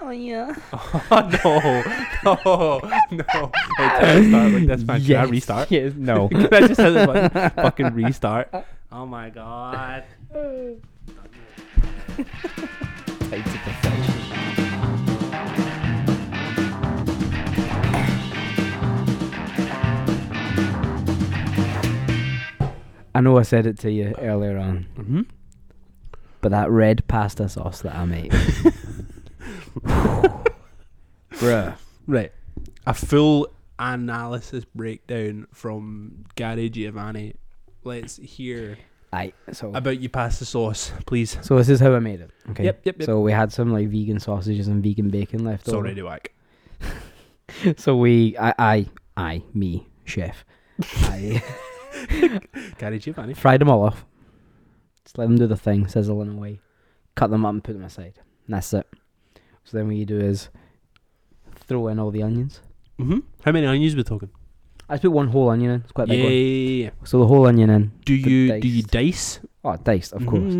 Oh yeah. no, Oh, no, no. Hey, tell me to start. Like, that's fine. Should I restart? Yes. No. Can I just have this one fucking restart? Oh my god. Fade to perfection. I know I said it to you earlier on, Mm-hmm. but that red pasta sauce that I made, bruh. Right. A full analysis breakdown from Gary Giovanni. Let's hear I so about you pass the sauce, please. so this is how I made it. Okay. Yep, yep, yep. So we had some like vegan sausages and vegan bacon left It's over. already whack. So we, I, I, I, me, chef, I Gary Giovanni. fried them all off. Just let them do the thing, sizzling away. Cut them up and put them aside. And that's it. So then what you do is throw in all the onions. Mm-hmm. How many onions we talking? I just put one whole onion in. It's quite a Yeah, big yeah, one. yeah, yeah. So the whole onion in. Do The you do you dice? Mm-hmm. Oh, diced, of course.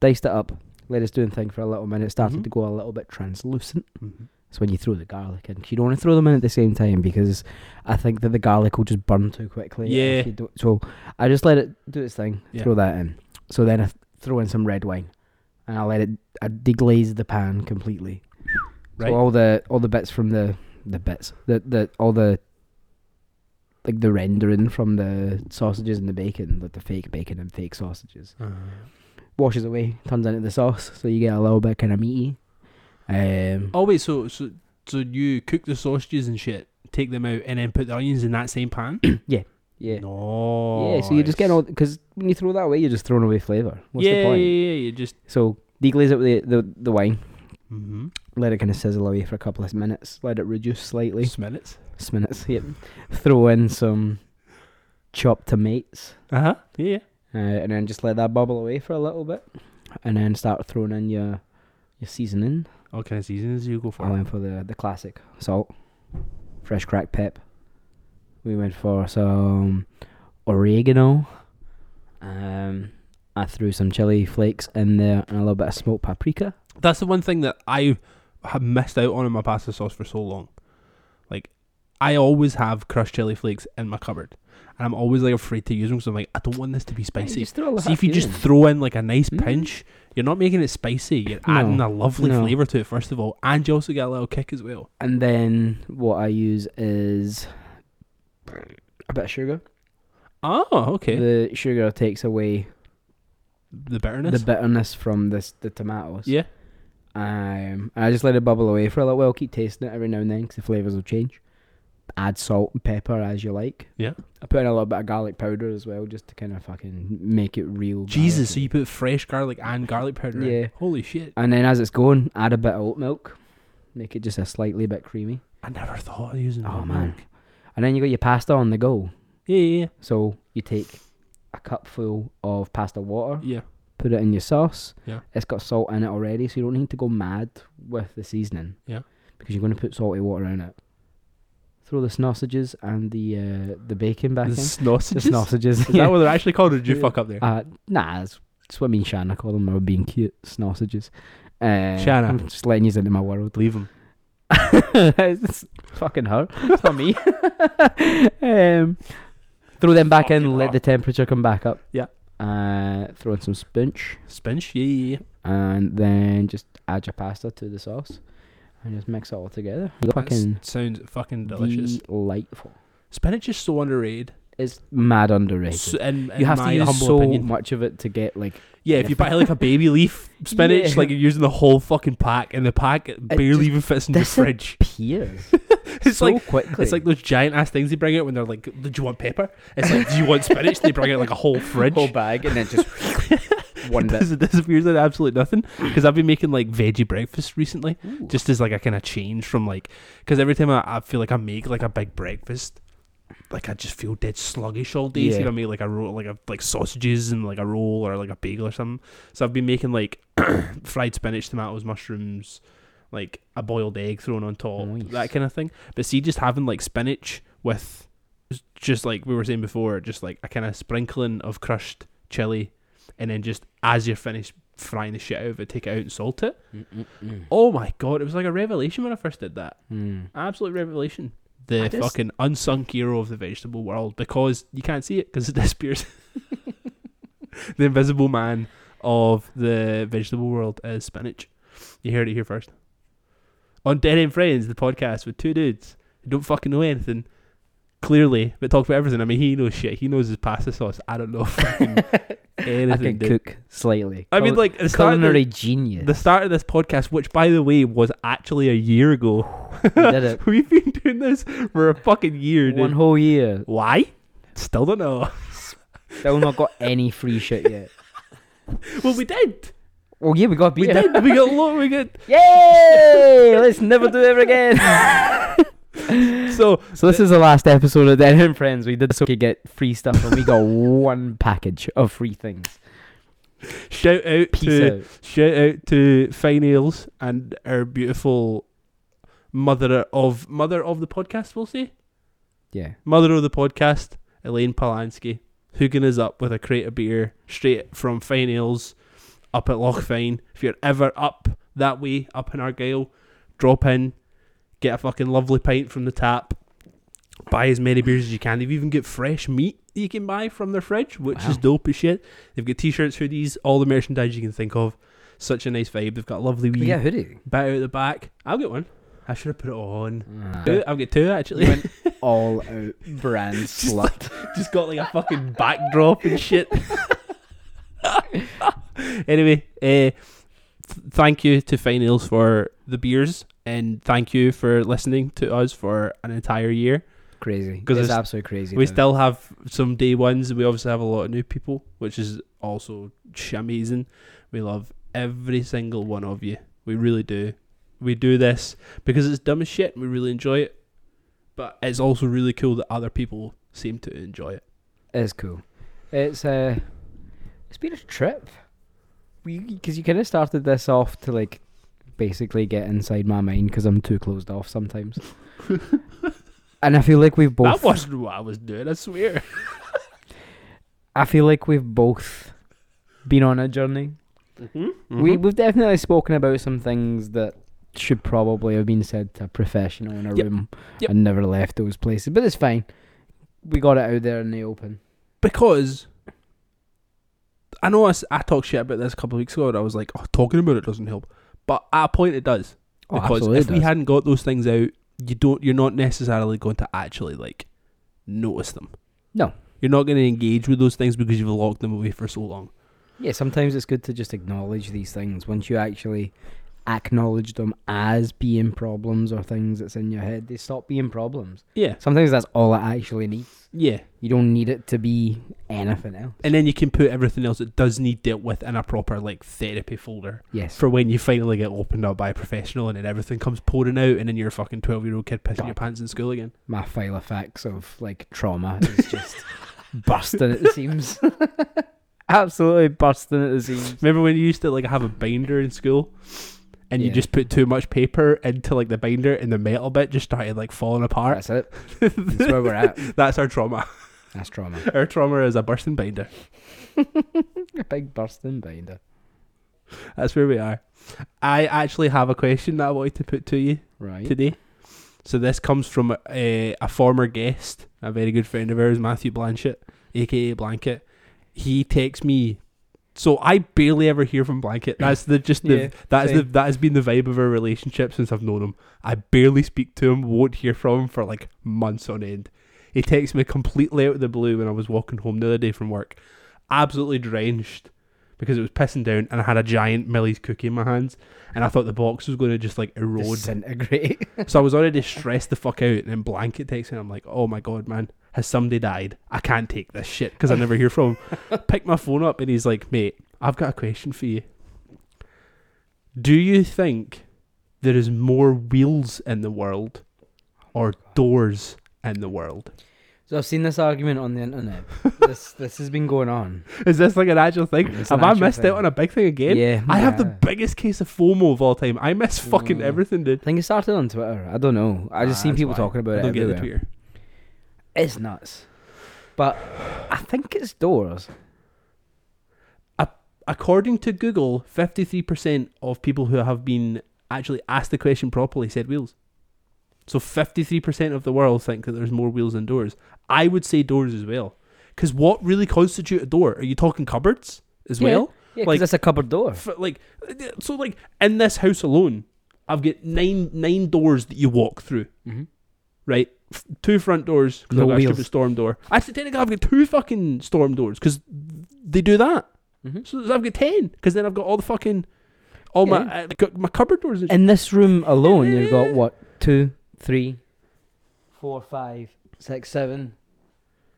Diced it up. Let it do the thing for a little minute. It started Mhm. to go a little bit translucent. Mm-hmm. It's when you throw the garlic in. 'Cause You don't want to throw them in at the same time because I think that the garlic will just burn too quickly. Yeah. if you don't- So I just let it do its thing, Yeah. throw that in. So then I th- throw in some red wine and I let it, I deglaze the pan completely. Right. So all the all the bits from the the bits the the all the like the rendering from the sausages and the bacon, like the fake bacon and fake sausages, Uh, washes away, turns into the sauce, so you get a little bit kind of meaty. Um, oh wait, so so so you cook the sausages and shit, take them out, and then put the onions in that same pan. yeah, No. yeah. So you're just getting all because when you throw that away, you're just throwing away flavor. What's yeah, the point? Yeah, yeah, yeah. You just. So deglaze it with the, the the wine, Mm-hmm. let it kind of sizzle away for a couple of minutes, let it reduce slightly. minutes. Six minutes. Yep. throw in some chopped tomatoes. Uh huh. Yeah. uh, and then just let that bubble away for a little bit, and then start throwing in your your seasoning. All kind of seasons you go for. I went for the the classic salt, fresh cracked pep. We went for some oregano. Um, I threw some chili flakes in there and a little bit of smoked paprika. That's the one thing that I have missed out on in my pasta sauce for so long. Like, I always have crushed chili flakes in my cupboard, and I'm always like afraid to use them because I'm like, I don't want this to be spicy. Just throw a See if you few just in. throw in like a nice Mm. pinch, you're not making it spicy. You're No. adding a lovely No. flavor to it first of all, and you also get a little kick as well. and then what I use is a bit of sugar. Ah, Oh, okay. The, The sugar takes away bitterness. the bitterness from this the tomatoes. yeah. Um, and I just let it bubble away for a little while. Keep tasting it every now and then because the flavors will change. Add salt and pepper as you like. Yeah. I put in a little bit of garlic powder as well, just to kind of fucking make it real. Jesus, so garlicky. you put fresh garlic and garlic powder. in. Yeah. Holy shit! And then as it's going, add a bit of oat milk, make it just a slightly bit creamy. I never thought of using. Oh oat man! milk. And then you got your pasta on the go. Yeah, yeah, So you take a cupful of pasta water, yeah. yeah. put it in your sauce. Yeah. It's got salt in it already, so you don't need to go mad with the seasoning. Yeah. Because you're going to put salty water in it. Throw the sausages and the uh, the bacon back The in. The sausages. sausages. Is that what they're actually called, or did you fuck up there? uh, nah, it's, it's what me and Shanna call them. We're being cute. Sausages. Uh, Shanna. I'm just letting you into my world. Leave them. it's fucking her. It's not me. um, throw them back in. Fucking Let her. the temperature come back up. Yeah. Uh, throw in some spinach. Spinach, yeah, yeah, yeah. and then just add your pasta to the sauce and just mix it all together. fucking That sounds fucking delicious. delightful. Spinach is so underrated. It's mad underrated. So, in, in you have my to use humble so opinion. much of it to get like Yeah, if you buy like a baby leaf spinach, Yeah. like you're using the whole fucking pack, and the pack barely just even fits in your disap- fridge. peers It's so like quickly. it's like those giant ass things they bring out when they're like, "Do you want pepper?" It's like, "Do you want spinach?" They bring out like a whole fridge. whole bag and then just one bit. Because it disappears in absolute nothing. Because I've been making like veggie breakfast recently, just as like a kind of change from like. Because every time I, I feel like I make like a big breakfast, like I just feel dead sluggish all day. So if Yeah. I make like a roll, like a like sausages and like a roll or like a bagel or something. So I've been making like fried spinach, tomatoes, mushrooms, like a boiled egg thrown on top, Nice. that kind of thing. But see, just having like spinach with just like we were saying before, just like a kind of sprinkling of crushed chili, and then just as you're finished frying the shit out of it, take it out and salt it. Mm, Oh my god, it was like a revelation when I first did that. Mm. Absolute revelation. The I just- fucking unsung hero of the vegetable world because you can't see it because it disappears. the invisible man of the vegetable world is spinach. You heard it here first. On Dead End Friends, the podcast with two dudes who don't fucking know anything, clearly, but talk about everything. I mean, he knows shit. He knows his pasta sauce. I don't know fucking anything. I can dude. cook slightly. I mean, Cul- like, the start of the- culinary genius. the start of this podcast, which by the way was actually a year ago. We did it. We've been doing this for a fucking year, dude. One whole year, Why? Still don't know. still not got any free shit yet. well, we did. Well, yeah, we got Oh, We beer. did. We got lo- we got Yay! Let's never do it ever again. so so this is the last episode of Dead End Friends. We did so we could get free stuff, and we got one package of free things. shout out Peace to out. shout out to Fine Ales and our beautiful mother of mother of the podcast, we'll say. Yeah. Mother of the podcast, Elaine Palansky, hooking us up with a crate of beer straight from Fine Ales up at Lochfine. If you're ever up that way, up in Argyle, drop in, get a fucking lovely pint from the tap, buy as many beers as you can. They've even got fresh meat that you can buy from their fridge, which is Wow. dope as shit. They've got t shirts, hoodies, all the merchandise you can think of. Such a nice vibe. They've got a lovely We wee got a hoodie. bit out the back. I'll get one. I should have put it on. Ah. Two, I'll get two actually. We went all out brand slut. just got like a fucking backdrop and shit. anyway, uh, th- thank you to Finals for the beers, and thank you for listening to us for an entire year. Crazy. 'Cause It's, it's- absolutely crazy. We though. still have some day ones, and we obviously have a lot of new people, which is also sh- amazing. We love every single one of you. We really do. We do this because it's dumb as shit, and we really enjoy it. But it's also really cool that other people seem to enjoy it. It's cool. It's uh, it's been a trip. We because you kind of started this off to like basically get inside my mind because I'm too closed off sometimes, and I feel like we've both. That wasn't what I was doing, I swear. I feel like we've both been on a journey. We Mm-hmm. we've definitely spoken about some things that should probably have been said to a professional in a Yep. room Yep. and never left those places, but it's fine. We got it out there in the open. because I know I, s- I talked shit about this a couple of weeks ago and I was like, oh, talking about it doesn't help. But at a point, it does. Oh, because if we hadn't got those things out, you don't, you're not necessarily going to actually like notice them. No. You're not going to engage with those things because you've locked them away for so long. Yeah, sometimes it's good to just acknowledge these things once you actually acknowledge them as being problems or things that's in your head. They stop being problems. Yeah. Sometimes that's all it actually needs. Yeah. You don't need it to be anything else. And then you can put everything else that does need dealt with in a proper like therapy folder. Yes. for when you finally get opened up by a professional and then everything comes pouring out and then you're a fucking 12 year old kid pissing your pants in school again. My file of facts of like trauma is just busting at the seams. Absolutely busting at the seams. Remember when you used to like have a binder in school and you Yeah. just put too much paper into like the binder and the metal bit just started like falling apart? That's it. That's where we're at. That's our trauma. That's trauma. Our trauma is a bursting binder. A big bursting binder. That's where we are. I actually have a question that I wanted to put to you Right. today. So this comes from a, eh, a former guest, a very good friend of ours, Matthew Blanchett, aka Blanket. He takes me. So I barely ever hear from Blanket. That's the just the Yeah, that's the same. that has been the vibe of our relationship since I've known him. I barely speak to him, won't hear from him for like months on end. He texts me completely out of the blue when I was walking home the other day from work, absolutely drenched because it was pissing down, and I had a giant Millie's cookie in my hands, and I thought the box was going to just like erode. Disintegrate. So I was already stressed the fuck out, and then blanket texts me. and I'm like, oh my god, man, has somebody died? I can't take this shit because I never hear from him. Pick my phone up, and he's like, mate, I've got a question for you. Do you think there is more wheels in the world Oh or doors in the world? So I've seen this argument on the internet. this this has been going on. Is this like an actual thing? It's an Have I actual missed thing. out on a big thing again? Yeah, I have the yeah. biggest case of FOMO of all time. I miss fucking Mm. everything, dude. I think it started on Twitter. I don't know. I just Ah, seen that's people why. talking about I it. don't get the everywhere. Twitter. It's nuts. But I think it's doors. According to Google, 53% of people who have been actually asked the question properly said wheels. So 53% of the world think that there's more wheels than doors. I would say doors as well. Because what really constitute a door? Are you talking cupboards as Yeah. well? Yeah, 'cause Like- that's a cupboard door. F- like, so like in this house alone, I've got nine nine doors that you walk through. Mm-hmm. right? F- two front doors 'cause No I've got a wheels. stupid storm door. Actually, technically, I've got two fucking storm doors because they do that. Mhm. So I've got ten because then I've got all the fucking all my I've got my cupboard doors. And shit. In this room alone, you've got what? Two, three, four, five, six, seven,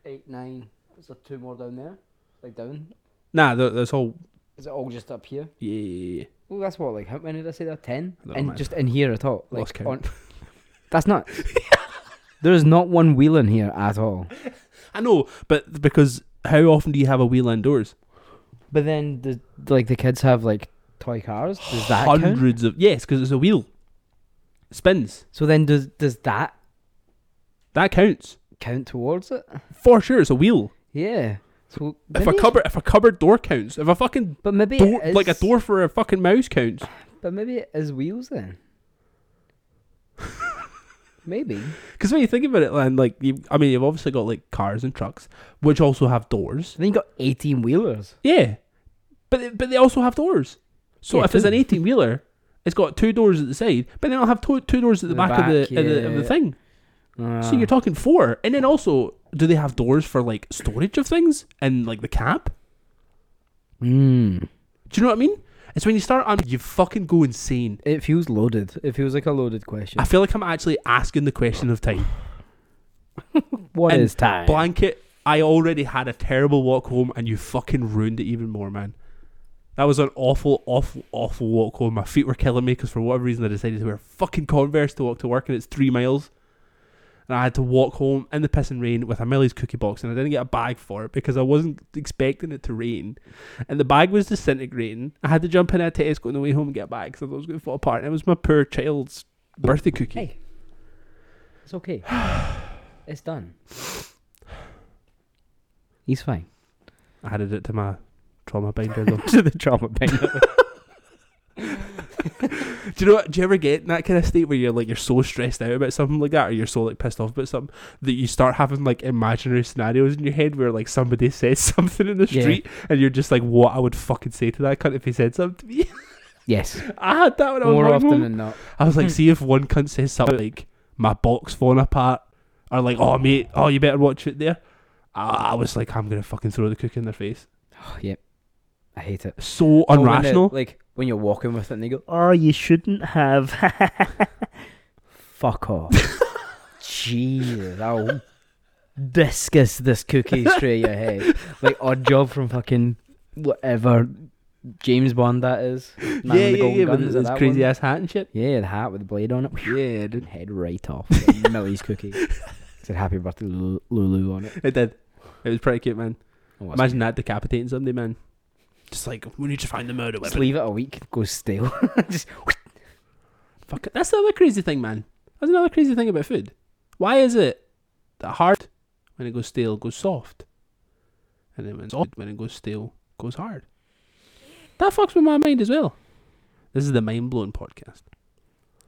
eight, nine. Is there two more down there? Like down? nah, th- that's all. Is it all just up here? Yeah, yeah, yeah. Well, that's what, like, how many did I say there? Ten? I don't And mind. just in here at all. Like, Lost count. On, that's not. there is not one wheel in here at all. I know, but because how often do you have a wheel indoors? But then, the, like, the kids have, like, toy cars. Does that count? Hundreds of yes, because it's a wheel. It spins. So then, does, does that That counts count towards it? for sure. It's a wheel. Yeah. So If a maybe- cupboard, if a cupboard door counts, if a fucking but maybe it door, like a is- door for a fucking mouse counts. But maybe it is wheels then. maybe. Because when you think about it, and like, you, I mean, you've obviously got like cars and trucks, which also have doors. then you got eighteen wheelers. Yeah, but they- but they also have doors. So Yeah, if it's an too. eighteen wheeler, it's got two doors at the side, but then it'll have two, two doors at the, The back, of the, back, of the of the yeah. thing. Ah. So you're talking four, and then also, do they have doors for like storage of things and like the cab? Mm. Do you know what I mean? It's when you start on, you fucking go insane. It feels loaded. It feels like a loaded question. I feel like I'm actually asking the question of time. What and is time? blanket. I already had a terrible walk home, and you fucking ruined it even more, man. That was an awful, awful, awful walk home. My feet were killing me because for whatever reason I decided to wear fucking Converse to walk to work, and it's three miles. And I had to walk home in the pissing rain with a Millie's cookie box, and I didn't get a bag for it because I wasn't expecting it to rain. And the bag was disintegrating. I had to jump in a Tesco on the way home and get a bag because I thought it was going to fall apart. And it was my poor child's birthday cookie. Hey. It's okay. it's done. He's fine. I added it to my trauma binder though. to the trauma pain. Do you know what? Do you ever get in that kind of state where you're like you're so stressed out about something like that, or you're so like pissed off about something that you start having like imaginary scenarios in your head where like somebody says something in the Yeah. street, and you're just like, what I would fucking say to that cunt if he said something to me. yes. I had that when I was More walking often home. than Hmm. not. I was like, see if one cunt says something like my box falling apart, or like, oh mate, oh you better watch it there. I, I was like, I'm gonna fucking throw the cookie in their face. Oh, yep. I hate it. So Or Oh, when it- unrational. like when you're walking with it and they go, "Oh, you shouldn't have." Fuck off. Jesus, I'll discus this cookie straight your head. Like odd job from fucking whatever James Bond that is. Man with yeah, the yeah, golden yeah, with gun, is his it his that crazy one? ass hat and shit. Yeah, the hat with the blade on it. Yeah, dude. Head right off. like Millie's cookie. Said happy birthday Lu- Lulu on it. It did. It was pretty cute, man. Oh, that's Imagine that decapitating somebody, man. Just like we need to find the murder cute. Just weapon. leave it a week, goes stale. Just Fuck it. That's the other crazy thing, man. That's another crazy thing about food. Why is it that hard when it goes stale goes soft, and then when, it's soft, when it goes stale goes hard? That fucks with my mind as well. This is the mind blowing podcast.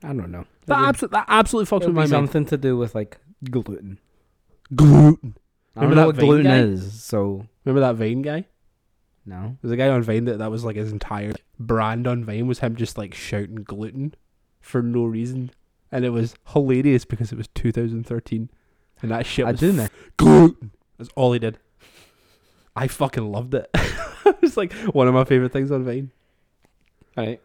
I don't know. That Maybe- absolutely, that absolutely fucks It'll with my be mind. something to do with like gluten. Gluten. I don't Remember know that what vein gluten guy? is, so Remember that Vine guy? no. There's a guy on Vine that that was like his entire brand on Vine was him just like shouting gluten for no reason, and it was hilarious because it was 2013, and that shit I was do know. gluten. That's all he did. I fucking loved it. it was like one of my favorite things on Vine. Right.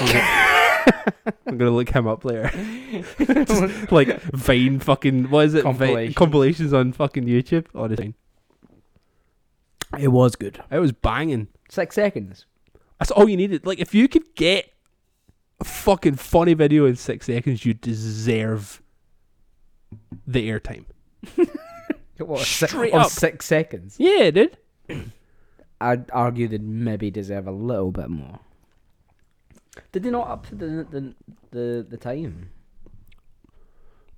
I'm gonna, I'm gonna look him up later. Just, like Vine fucking what is it? Vine- Compilation. compilations on fucking YouTube. Honestly, It was good. it was banging. Six seconds. That's all you needed. Like, if you could get a fucking funny video in six seconds, you deserve the airtime. It was si- Straight of up. six seconds. Yeah, dude. I'd argue they'd maybe deserve a little bit more. Did they not up the the the, the time?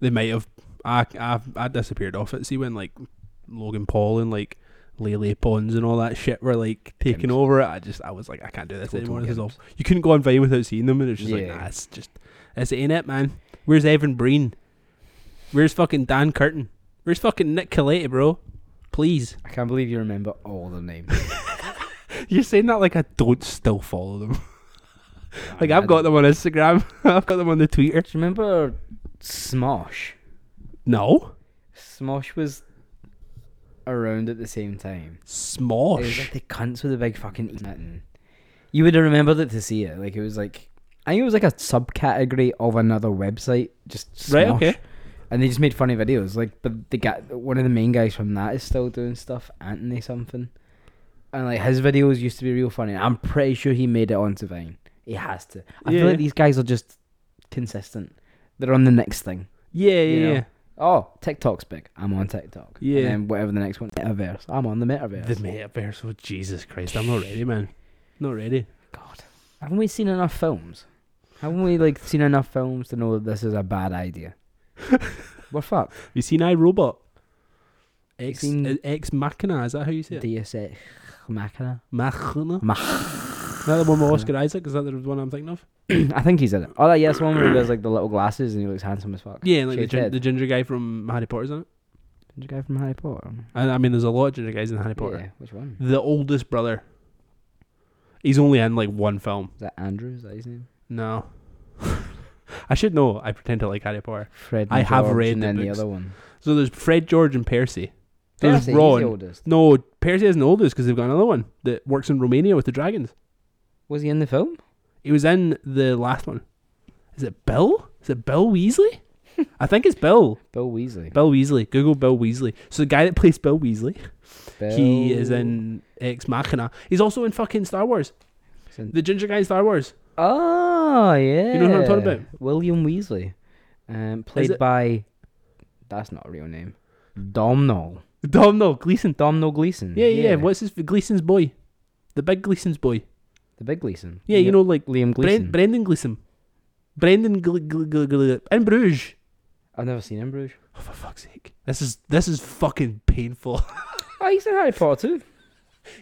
They might have. I, I, I disappeared off it. See when like Logan Paul and like Lele Pons and all that shit were like taking Pimps. over it. I just I was like, I can't do this Total anymore. This is pimps. awful. You couldn't go on Vine without seeing them, and it's just like, Yeah. nah, it's just it's ain't it, man. Where's Evan Breen? Where's fucking Dan Curtin? Where's fucking Nick Coletta, bro? Please. I can't believe you remember all the names. You're saying that like I don't still follow them. like I I've got don't- them on Instagram. I've got them on the Twitter. Do you remember Smosh? No. Smosh was around at the same time. It was Smosh. like the cunts with the big fucking e- button. You would have remembered it to see it. Like it was like I think it was like a subcategory of another website. Just Smosh. Right, okay. And they just made funny videos. Like, but the guy, one of the main guys from that is still doing stuff. Anthony something. And like his videos used to be real funny. I'm pretty sure he made it onto Vine. He has to. Yeah, I feel yeah. like these guys are just consistent. They're on the next thing. Yeah, yeah, You know, yeah. Oh, TikTok's big. I'm on TikTok. Yeah. And then whatever the next one, metaverse. I'm on the metaverse. The metaverse. Oh Jesus Christ! I'm not ready, man. Not ready. God, haven't we seen enough films? Haven't we like seen enough films to know that this is a bad idea? We're fucked. Have you seen iRobot? Ex seen- uh, Ex Machina. Is that how you say it? Deus Ex Machina. Machina. Mach- Is that the one with Oscar Isaac? Is that the one I'm thinking of? I think he's in it. Oh, that yeah, it's the one where he does like the little glasses and he looks handsome as fuck. Yeah, like the, Shaved gin- head. the ginger guy from Harry Potter's in it. the guy from Harry Potter. I, I mean, there's a lot of ginger guys in Harry Potter. Hmm. Yeah, which one? The oldest brother. He's only in like one film. Is that Andrew? Is that his name? No. I should know. I pretend to like Harry Potter. Fred. I and have George read and the then the books. other one. So there's Fred, George, and Percy. There's Percy, he's Ron. the oldest. No, Percy isn't the oldest because they've got another one that works in Romania with the dragons. Was he in the film? He was in the last one. Is it Bill? Is it Bill Weasley? I think it's Bill. Bill Weasley. Bill Weasley. Google Bill Weasley. So the guy that plays Bill Weasley, he is Bill- in Ex Machina. He's also in fucking Star Wars. he's in- The ginger guy in Star Wars. Oh yeah. know who I'm talking about? William Weasley. Um, it- played by that's not a real name. Domhnall. Domino Gleason. Domhnall Gleeson. Yeah, yeah, yeah. What's his Gleason's boy? The big Gleason's boy. the big Gleeson? Yeah, you know, like Liam Gleeson. Bren- Brendan Gleason. Brendan Gle- Gle- Gle- Gle- in Bruges. I've never seen him, Bruges. Oh, for fuck's sake! This is this is fucking painful. Oh, he's in Harry Potter too.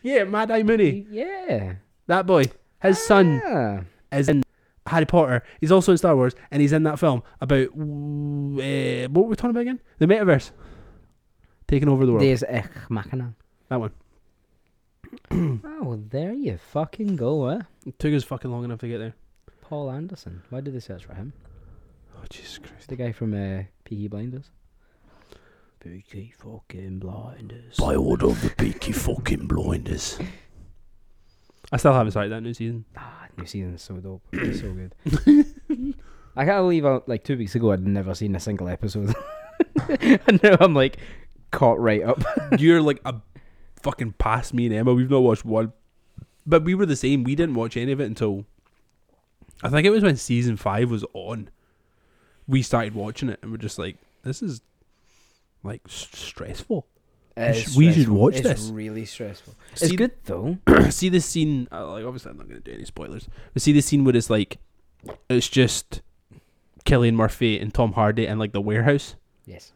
yeah, Mad Eye Mooney, Yeah. that boy, his son Yeah. is in Harry Potter. He's also in Star Wars, and he's in that film about uh, what were we talking about again? The metaverse taking over the world. There's Ech Machina. That one Oh, there you fucking go, eh? it took us fucking long enough to get there. Paul Anderson. Why did they search for him? Oh Jesus Christ! It's the guy from uh, Peaky Blinders. Peaky fucking Blinders. By order of the Peaky fucking Blinders. I still haven't started that new season. Ah, new season's so dope. It's so good. I can't believe, I, like, two weeks ago, I'd never seen a single episode. and now I'm, like, caught right up. You're like a fucking past me and Emma. We've not watched one, but we were the same. We didn't watch any of it until I think it was when season five was on. We started watching it and we're just like, this is like s- stressful. should- we should watch it's this. really stressful. It's See- good, though. see this scene. Uh, like obviously, I'm not going to do any spoilers. But see this scene where it's like, it's just Killian Murphy and Tom Hardy in like the warehouse. Yes.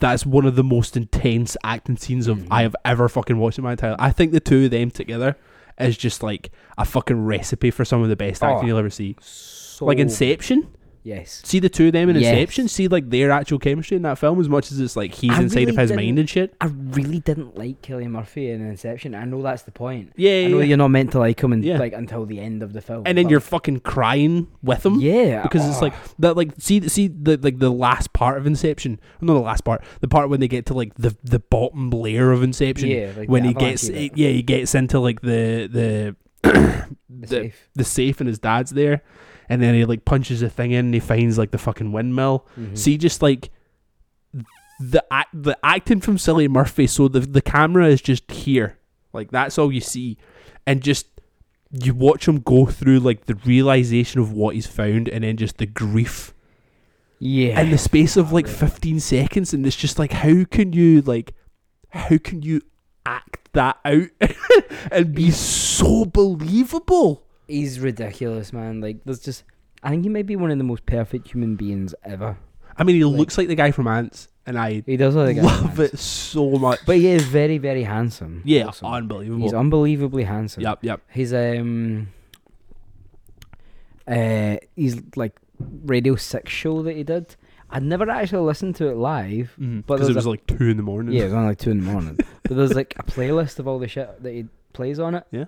That's one of the most intense acting scenes of Mm-hmm. I have ever fucking watched in my entire. I think the two of them together is just like a fucking recipe for some of the best acting Oh. you'll ever see. So Like Inception. Yes. See the two of them in Yes. Inception. See like their actual chemistry in that film as much as it's like he's I inside of really his didn't- mind and shit. I really didn't like Killian Murphy in Inception. I know that's the point. Yeah, I know yeah. yeah. you're not meant to like him and, Yeah. like until the end of the film. And then but- you're fucking crying with him. yeah because it's oh, like that like see see the like the last part of inception not the last part the part when they get to like the the bottom layer of inception yeah like when the he avalanche gets bit, yeah he gets into like the the the the, safe. the safe and his dad's there and then he like punches the thing in and he finds like the fucking windmill Mhm. see just like the act the acting from Cillian Murphy so the the camera is just here like that's all you see and just you watch him go through like the realization of what he's found and then just the grief yeah in the space of like Yeah. 15 seconds and it's just like how can you like how can you act that out and be so believable He's ridiculous, man. Like, there's just. I think he may be one of the most perfect human beings ever. i mean he Like- looks like the guy from ants and I He does look like a love man. it so much. But he is very, very handsome. Yeah, also. unbelievable. he's unbelievably handsome. Yep, yep. He's um uh he's like Radio Six show that he did. I never actually listened to it live. Because Mm-hmm. But it there's was a- like two in the morning. Yeah, it was on like two in the morning. but there's like a playlist of all the shit that he plays on it. Yeah.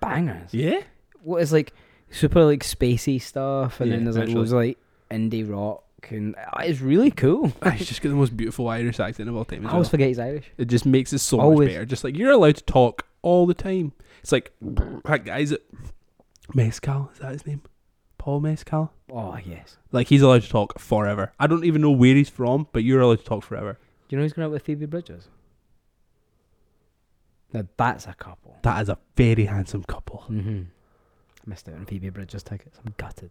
Bangers. yeah. What is like super like spacey stuff and Yeah, then there's like actually. loads of like indie rock and uh, it's really cool. Ah, he's just got the most beautiful Irish accent of all time. I As always well. forget he's Irish. It just makes it so Always. much better. Just like you're allowed to talk all the time. It's like that guy's it Mescal, is that his name? Paul Mescal? Oh yes. Like he's allowed to talk forever. I don't even know where he's from, but you're allowed to talk forever. Do you know he's going out with Phoebe Bridges? Now that's a couple. That is a very handsome couple. Mm-hmm. Missed out on Phoebe Bridges tickets. I'm gutted.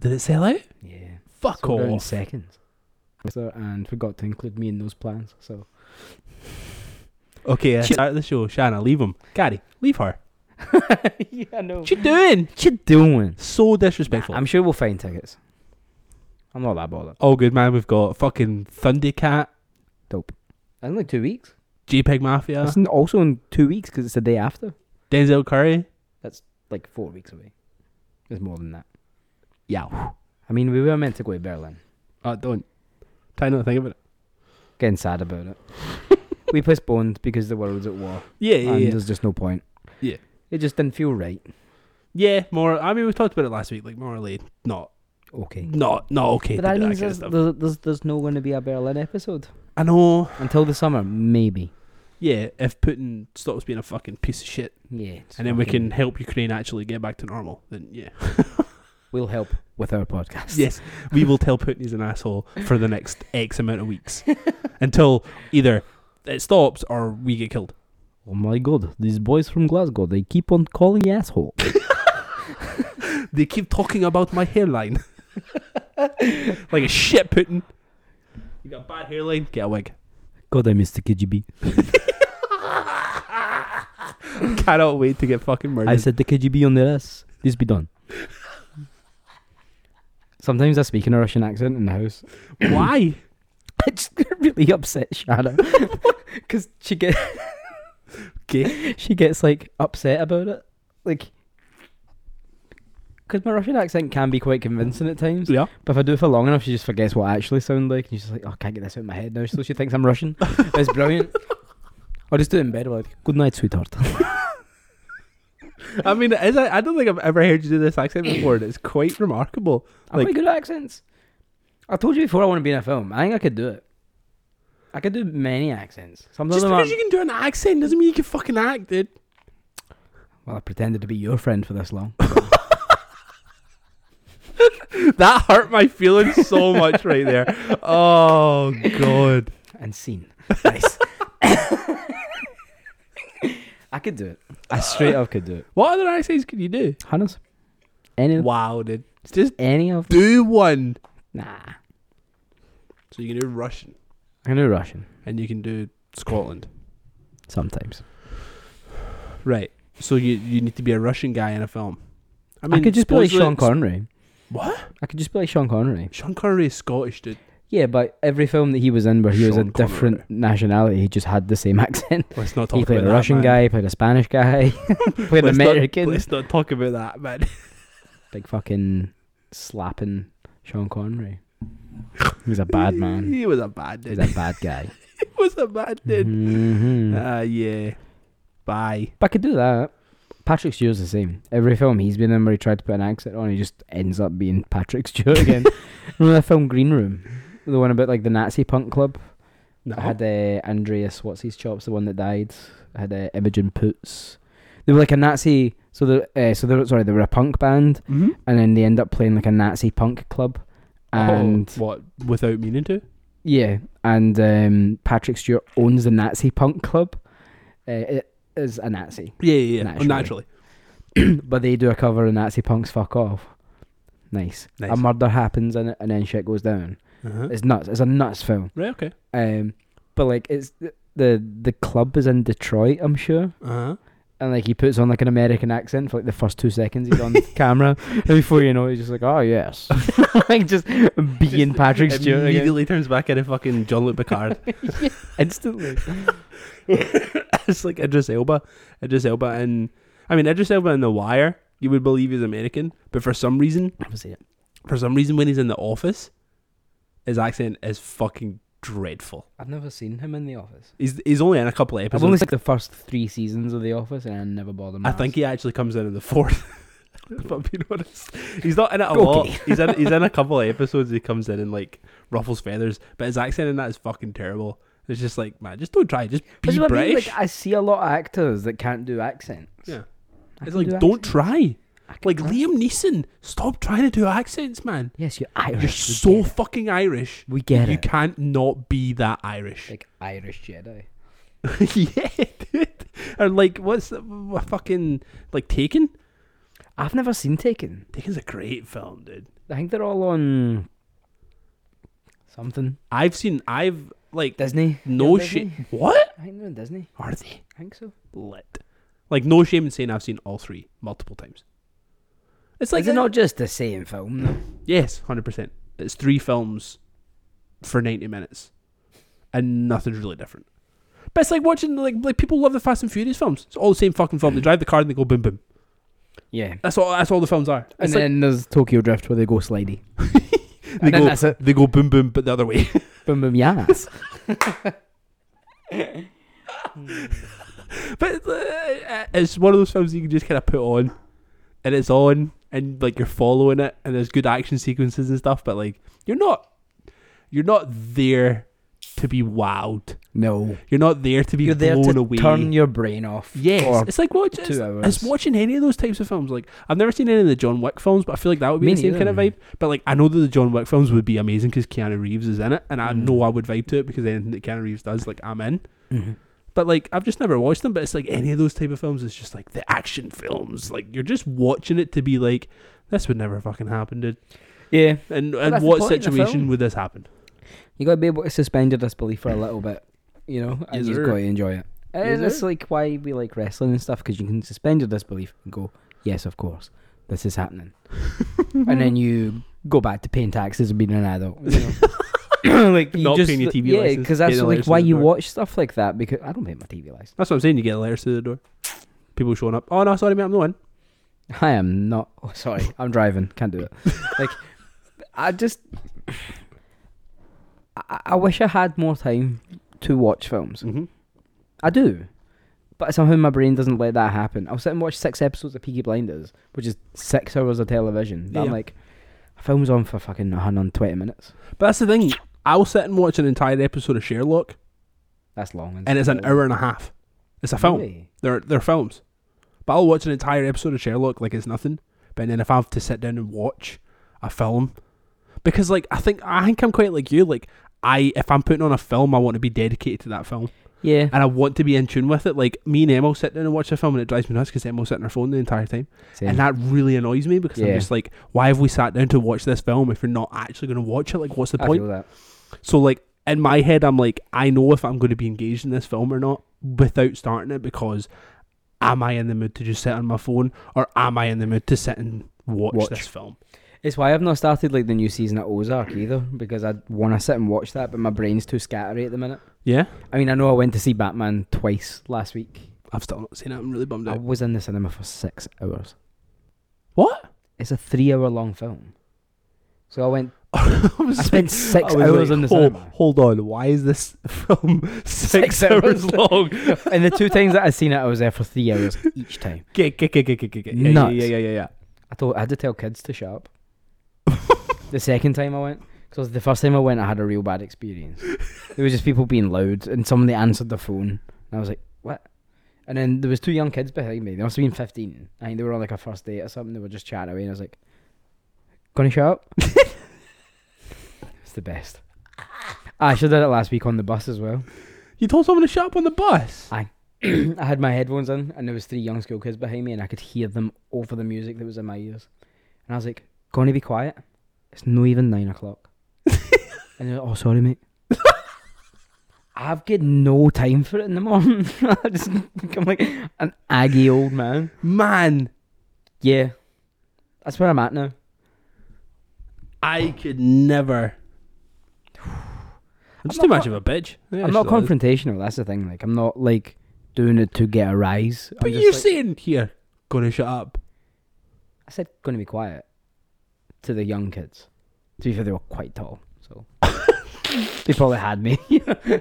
Did it sell out? Yeah. Fuck Sold out in off. seconds. So- And forgot to include me in those plans. So Okay, uh, Shit. start the show. Shanna, leave him. Gary, leave her. yeah, no. What you doing? What you doing? So disrespectful. I'm sure we'll find tickets. I'm not that bothered. All good, man. We've got fucking Thundercat, That's in like two weeks. JPEG Mafia, That's in- also in two weeks because it's the day after. Denzel Curry. Like four weeks away. It's more than that. Yeah. I mean, we were meant to go to Berlin. Oh, don't. Try not to think about it. Getting sad about it. we postponed because the world's at war. Yeah, yeah, and yeah. there's just no point. Yeah. It just didn't feel right. Yeah, more. I mean, we talked about it last week. Like morally, not, Okay. not, not okay. But to that do means kind of there's, stuff. there's, there's, there's no going to be a Berlin episode I know. until the summer, maybe. Yeah, if Putin stops being a fucking piece of shit, Yeah. it's and then we fucking- can help Ukraine actually get back to normal, then yeah, We'll help with our podcast. yes, we will tell Putin he's an asshole for the next X amount of weeks until either it stops or we get killed. Oh my god, these boys from Glasgow, they keep on calling you asshole. They keep talking about my hairline, like a shit Putin. You got a bad hairline. Get a wig. God, I miss the KGB. Cannot wait to get fucking murdered. I said the KGB on their ass. This be done. Sometimes I speak in a Russian accent in the house. Why? It just really upset Shanna. Because she, get, Okay. she gets, like, upset about it. Like, because my Russian accent can be quite convincing at times. Yeah. But if I do it for long enough, she just forgets what I actually sound like, and she's just like, "Oh, I can't get this out of my head now." So she thinks I'm Russian. it's brilliant. I'll just do it in bed. I'm like, "Good night, sweetheart." I mean, as I, I don't think I've ever heard you do this accent before, and it's quite remarkable. I'm Like- pretty good at accents. I told you before I want to be in a film. I think I could do it. I could do many accents. Some of Just them because are. you can do an accent doesn't mean you can fucking act, dude. Well, I pretended to be your friend for this long. That hurt my feelings so much right there. Oh god. and scene. Nice. I could do it. I straight up could do it. What other accents can you do? Hannes? Any of Wow, dude. Just Any of do one. Nah. I So you can do Russian, can do Russian and you can do Scotland. sometimes. Right. So you you need to be a Russian guy in a film. I I, mean, could just be like supposedly- Sean Connery. What? I could just be like Sean Connery. Sean Connery is Scottish, dude. Yeah, but every film that he was in where he was a Sean different nationality, he just had the same accent. Let's not talk he played about a that, Russian man. guy, played a Spanish guy, played an Let's not- American. let's not talk about that, man. Big fucking slapping Sean Connery. He's a bad man. He was a bad dude. He's a bad guy. was a bad dude. Mhm. Ah, yeah. Bye. but I could do that. Patrick Stewart's the same. Every film he's been in where he tried to put an accent on, he just ends up being Patrick Stewart again. Remember the film Green Room? The one about like the Nazi punk club? No. I had uh, Andreas, what's his chops, the one that died. I had uh, Imogen Poots. They were like a Nazi. So they, uh, so they were, sorry, they were a punk band, Mhm. and then they end up playing like a Nazi punk club. And Oh, what? Without meaning to? yeah, and um, Patrick Stewart owns the Nazi punk club. Uh, it is a Nazi, Yeah, yeah, yeah. Naturally. Naturally. but they do a cover of Nazi punks. Fuck off. Nice. Nice. A murder happens in it, and then shit goes down. uh-huh. It's nuts. It's a nuts film. Right, okay. Um, but like it's the the club is in Detroit, I'm sure. Uh-huh. and like he puts on like an American accent for like the first two seconds he's on camera, and before you know, it, he's just like, "Oh yes," like just being Patrick Stewart again. immediately turns back into fucking John Luke Picard. instantly. it's like Idris Elba, Idris Elba, and I mean Idris Elba in The Wire. You would believe he's American, but for some reason, for some reason, when he's in The Office, his accent is fucking dreadful. I've never seen him in The Office. He's he's only in a couple of I've episodes. only seen the first three seasons of The Office, and I never bothered. my I think ass. he actually comes in in the fourth. if I'm being honest, he's not in it a Okay. lot. He's in he's in a couple of episodes. He comes in and like ruffles feathers, but his accent in that is fucking terrible. It's just like man, just don't try. Just That's be what I mean, British. like, I see a lot of actors that can't do accents. Yeah. I it's can like do don't accents. try. I can Like do Liam Neeson, stop trying to do accents, man. Yes, you're Irish. You're we so get it. fucking Irish. we get you it. can't not be that Irish. Like Irish Jedi. yeah, dude. Or like, what's the, wha- fucking like Taken? I've never seen Taken. Taken's a great film, dude. I think they're all on something I've seen. I've like Disney. no Yeah, shit. Disney. What I think they're on Disney. are they I think so. lit? Like no shame in saying I've seen all three multiple times. It's Like like Is it a- not just the same film? though? Yes, hundred percent. It's three films for ninety minutes, and nothing's really different. But it's like watching like like people love the Fast and Furious films. It's all the same fucking film. They drive the car and they go boom boom. Yeah. That's all. That's all the films are. And It's like then there's Tokyo Drift where they go slidey. they and then go that's it. they go boom boom, but the other way. Boom boom yeah. but uh, it's one of those films you can just kind of put on, and it's on, and like you're following it, and there's good action sequences and stuff. But like you're not, you're not there to be wowed. no. You're not there to be You're there blown to away. turn your brain off. Yes, Or it's like watch, two it's, it's hours. watching any of those types of films. Like I've never seen any of the John Wick films, but I feel like that would be Me the same kind of neither. vibe. But like I know that the John Wick films would be amazing because Keanu Reeves is in it, and I Mm. know I would vibe to it because anything that Keanu Reeves does, like I'm in. Mhm. But like I've just never watched them. But it's like any of those type of films is just like the action films. Like you're just watching it to be like this would never fucking happen, dude. Yeah. And that's and the what point of the situation film. would this happen? You gotta be able to suspend your disbelief for a little bit, you know, and Yes, you've sir. got to enjoy it. Yes, And it's sir. like why we like wrestling and stuff because you can suspend your disbelief and go, yes, of course, this is happening, and then you go back to paying taxes and being an adult. You know? like you Not just, paying your TV yeah, license, because that's getting a like license why as you well. watch stuff like that. Because I don't pay my TV license. That's what I'm saying. You get letters to the door. People showing up. Oh no, sorry mate, I'm the one. I am not. Oh, sorry, I'm driving. Can't do it. like, I just. I, I wish I had more time to watch films. Mm-hmm. I do. But somehow my brain doesn't let that happen. I'll sit and watch six episodes of Peaky Blinders, which is six hours of television. that I'm Yeah. like, a film's on for fucking 120 minutes. But that's the thing. I'll sit and watch an entire episode of Sherlock, That's long. and it's an long. hour and a half. It's a film. Really? They're they're films. But I'll watch an entire episode of Sherlock like it's nothing. But then if I have to sit down and watch a film, because like I think I think I'm quite like you. Like I, if I'm putting on a film, I want to be dedicated to that film, Yeah. and I want to be in tune with it. Like me and Emma will sit down and watch a film, and it drives me nuts because Emma will sit on her phone the entire time, Same. and that really annoys me because I'm Yeah. just like, why have we sat down to watch this film if you're not actually going to watch it? Like, what's the I point? feel that. So like in my head, I'm like, I know if I'm going to be engaged in this film or not without starting it because am I in the mood to just sit on my phone or am I in the mood to sit and watch, Watch. this film? It's why I've not started like the new season of Ozark either because I want to sit and watch that, but my brain's too scattery at the minute. Yeah, I mean, I know I went to see Batman twice last week. I've still not seen it. I'm really bummed I out. was in the cinema for six hours. What? It's a three-hour-long film. So I went. I, was I spent like- six I was like, hours "Oh." in the "Hol- cinema. Hold on, why is this film six, Six hours hours. long? and the two times that I seen it, I was there for three hours each time. Get, get, get, get, get, get, get. Yeah, yeah, Nuts. yeah, yeah, yeah, yeah. I told I had to tell kids to shut up. the second time I went, because the first time I went, I had a real bad experience. There was just people being loud, and somebody answered the phone, and I was like, "What?" And then there was two young kids behind me. They must have been fifteen. I think they were on like a first date or something. They were just chatting away, and I was like, "Gonna shut up." it's the best. Ah, I should have did it last week on the bus as well. You told someone to shut up on the bus. I had my headphones in, and there was three young school kids behind me, and I could hear them over the music that was in my ears. And I was like, "Going to be quiet? It's not even nine o'clock." and they're like, "Oh, sorry, mate." I I've got no time for it in the morning. I just I'm like an aggy old man. Man, Yeah, that's where I'm at now. I could never. I'm just too not much of a bitch. Yeah, I'm not she does. confrontational. That's the thing. Like I'm not like doing it to get a rise. But I'm just you're like- saying here, gonna shut up. I said going to be quiet to the young kids. To be fair, they were quite tall, so they probably had me. so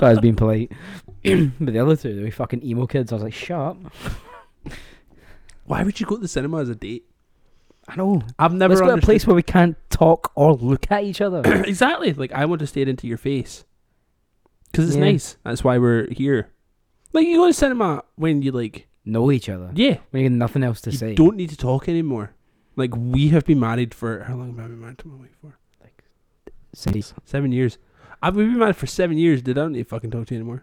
I was being polite. but the other two, they were fucking emo kids. I was like, shut up. Why would you go to the cinema as a date? I know. I've never Let's go to a understood- place where we can't talk or look at each other. exactly. Like I want to stare into your face because it's Yeah. nice. That's why we're here. Like you go to cinema when you like, know each other. yeah, When you got nothing else to you say. don't need to talk anymore. Like we have been married for how long have I been married to my wife for? Say- Seven years. I've been married for seven years. Did I don't need to fucking talk to you anymore?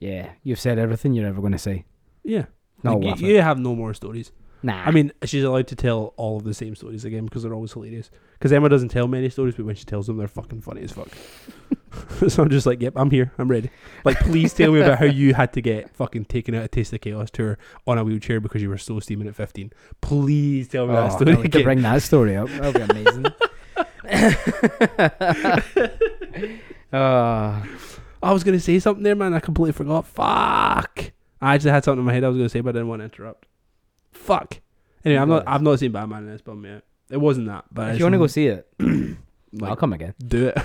Yeah, you've said everything you're ever going to say. Yeah. Not Like, worth you, it. you have no more stories. Nah. I mean, she's allowed to tell all of the same stories again because they're always hilarious. Because Emma doesn't tell many stories, but when she tells them, they're fucking funny as fuck. so I'm just like, yep, I'm here, I'm ready. Like, please tell me about how you had to get fucking taken out of Taste of Chaos tour on a wheelchair because you were so steaming at 15. Please tell me that oh, story no, we could again. bring that story up. That'll be amazing. Ah. I was gonna say something there, man. I completely forgot. Fuck. I actually had something in my head I was gonna say, but I didn't want to interrupt. Fuck. Anyway, I'm not. Nice. I've not seen Batman in this film yet. It wasn't that. But if you want to go it's- see it, like, I'll come again. do it.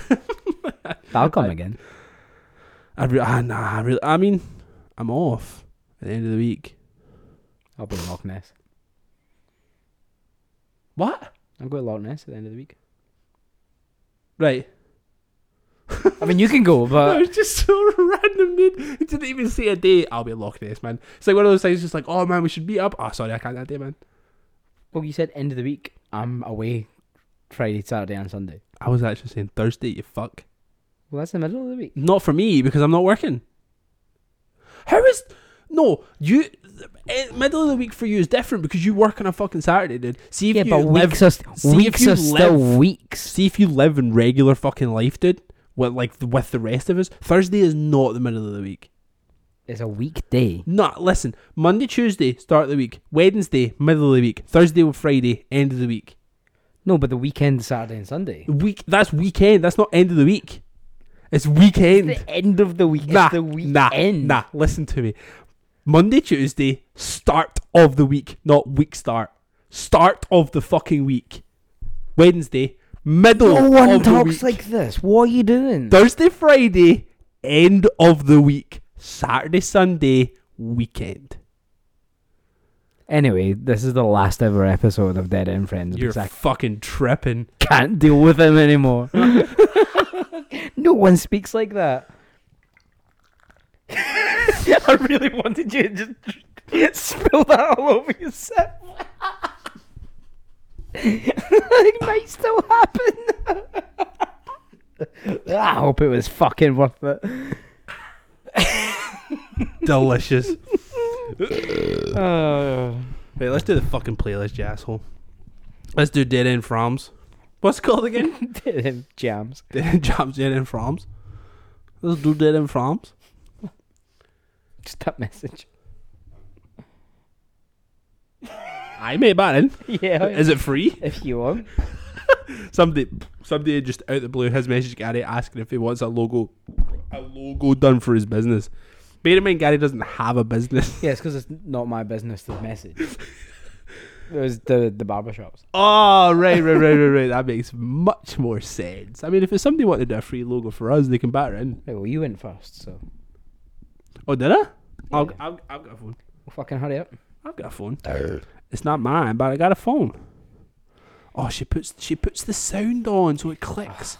I'll come I- again. I re- ah, nah, I really, I mean, I'm off at the end of the week. I'll be in Loch Ness. What? I'm going to Loch Ness at the end of the week. Right. I mean, you can go, That but was just so random, dude. It didn't even say a date. I'll be in Loch Ness, man. It's like one of those things, just like, oh man, we should meet up. Oh, sorry, I can't that day, man. well, you said end of the week. I'm away Friday, Saturday, and Sunday. I was actually saying Thursday, you fuck. Well, that's the middle of the week. Not for me because I'm not working. How is no you? eh, Middle of the week for you is different because you work on a fucking Saturday, dude. See if yeah, you but live weeks are st- see if weeks you are still live- weeks. See if you live in regular fucking life, dude. With like th- with the rest of us, Thursday is not the middle of the week. It's a weekday. Not listen. Monday, Tuesday, start of the week. Wednesday, middle of the week. Thursday or Friday, end of the week. No, but the weekend, Saturday and Sunday. Week that's weekend. That's not end of the week. It's weekend. It's the end of the week. nah, it's the nah, weekend. nah. Listen to me. Monday, Tuesday, start of the week, not week start. Start of the fucking week. Wednesday, middle. No one of talks the week. like this. What are you doing? Thursday, Friday, end of the week. Saturday, Sunday, weekend. Anyway, this is the last ever episode of Dead End Friends You're because I fucking tripping. can't deal with him anymore. no one speaks like that. I really wanted you to just spill that all over yourself. it might still happen. I hope it was fucking worth it. Delicious. Oh. Wait, let's do the fucking playlist, you asshole. Let's do Dead End Froms. What's it called again? Jams. Dead End Jobs, Dead End Froms. Let's do Dead End Froms. Just that message. I made Baron. Yeah. Is it free? if you want. Somebody, somebody just out the blue has messaged Gary asking if he wants a logo, a logo done for his business. Bear in mind, Gary doesn't have a business. Yeah, it's because it's not my business to message. it was the the barber shops. Oh, right, right, right, right, right. That makes much more sense. I mean, if it's somebody wanted to do a free logo for us, they can batter in. Right, well, you went first, so Oh, did I? I'll, Yeah. I've, I've got a phone. well, fucking hurry up. I've got a phone. It's not mine, but I got a phone. Oh, she puts she puts the sound on so it clicks.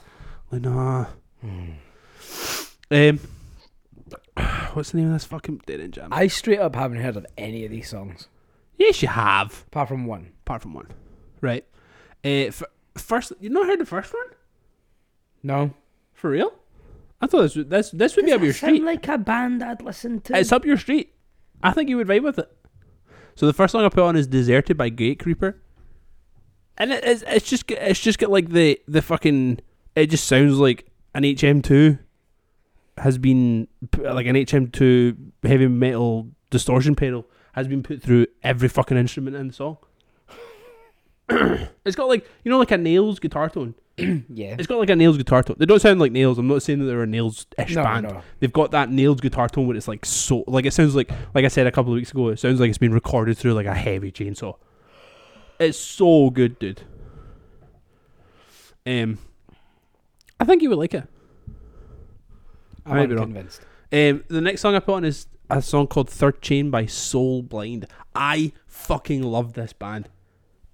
Lena. Hmm. Um, what's the name of this fucking dead end jam? I straight up haven't heard of any of these songs yes, you have, apart from one. apart from one, right? Uh, f- first, you not heard the first one No, for real? I thought this would- this this would be up your street. like a band I'd listen to. It's up your street. I think you would vibe with it. So the first song I put on is "Deserted" by Gate Creeper, and it, it's it's just got- it's just got like the the fucking it just sounds like an HM two, has been p- like an HM2 heavy metal distortion pedal has been put through every fucking instrument in the song. it's got like you know like a nails guitar tone. yeah. It's got like a nails guitar tone. They don't sound like nails. I'm not saying that they're a nails ish No, band. no. They've got that nails guitar tone where it's like so like it sounds like like I said a couple of weeks ago. It sounds like it's been recorded through like a heavy chainsaw. It's so good, dude. Um, I think you would like it. I'm Maybe not. convinced. Um, the next song I put on is a song called Third Chain by Soul Blind. I fucking love this band.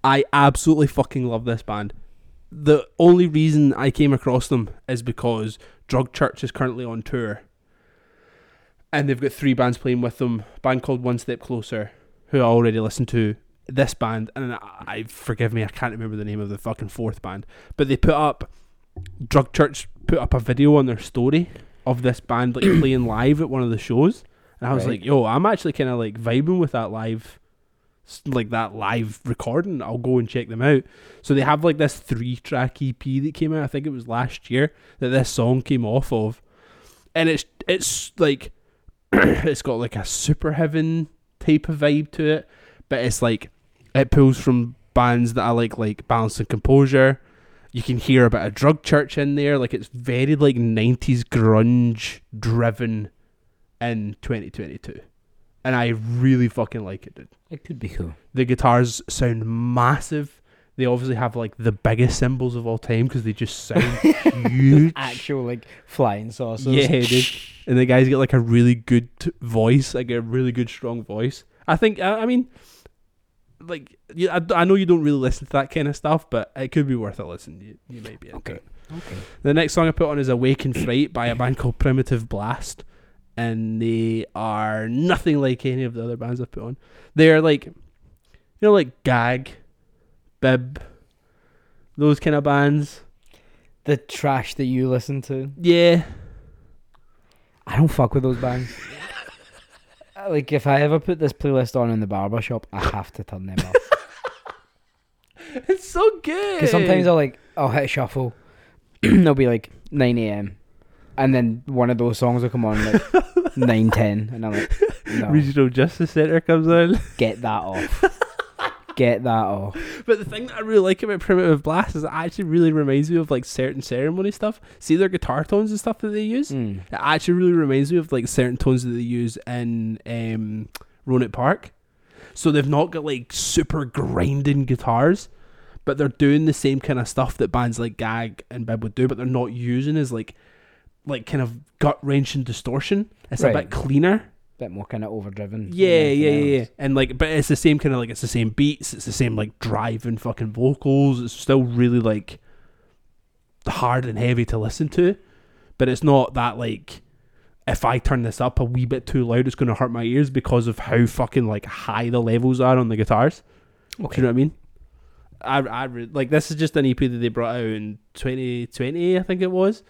I absolutely fucking love this band. The only reason I came across them is because Drug Church is currently on tour. And they've got three bands playing with them. A band called One Step Closer, who I already listened to. This band, and I, I forgive me, I can't remember the name of the fucking fourth band. But they put up, Drug Church put up a video on their story of this band like playing live at one of the shows, and I was Right. like, "Yo, I'm actually kind of like vibing with that live, s- like that live recording. I'll go and check them out." So they have like this three-track EP that came out. I think it was last year that this song came off of, and it's it's like it's got like a super heaven type of vibe to it, but it's like it pulls from bands that I like, like Balance and Composure. You can hear a bit of Drug Church in there, like it's very like '90s grunge driven in 2022, and I really fucking like it, dude. It could be cool. The guitars sound massive. They obviously have like the biggest cymbals of all time because they just sound huge. Actual like flying saucers. Yeah, dude. And the guy's got like a really good t- voice, like a really good strong voice. I think. I, I mean, like you, I, I know you don't really listen to that kind of stuff, but it could be worth a listen. You, you might be into Okay. it. Okay. The next song I put on is "Awake and Fright" by a band called Primitive Blast, and they are nothing like any of the other bands I've put on. They are like, you know, like Gag, Bib, those kind of bands. The trash that you listen to. Yeah, I don't fuck with those bands. Uh, like if I ever put this playlist on in the barber shop, I have to turn them off. it's so good. Because sometimes I'll like I'll hit shuffle, there'll be like nine a.m. and then one of those songs will come on like nine ten, and I'm like, no, Regional Justice Centre comes on. get that off, get that off. But the thing that I really like about Primitive Blast is it actually really reminds me of like certain ceremony stuff. See their guitar tones and stuff that they use. Mm. It actually really reminds me of like certain tones that they use in um, Ronit Park. So they've not got like super grinding guitars, but they're doing the same kind of stuff that bands like Gag and Bib would do, but they're not using as like like kind of gut wrenching distortion. It's a bit Right. cleaner. Bit more kind of overdriven. than Yeah, anything yeah, yeah, yeah. else. And like, but it's the same kind of like it's the same beats, it's the same like driving fucking vocals. It's still really like hard and heavy to listen to, but it's not that like if I turn this up a wee bit too loud, it's going to hurt my ears because of how fucking like high the levels are on the guitars. Do Okay. you know what I mean? I, I re- like this is just an EP that they brought out in 2020, I think it was.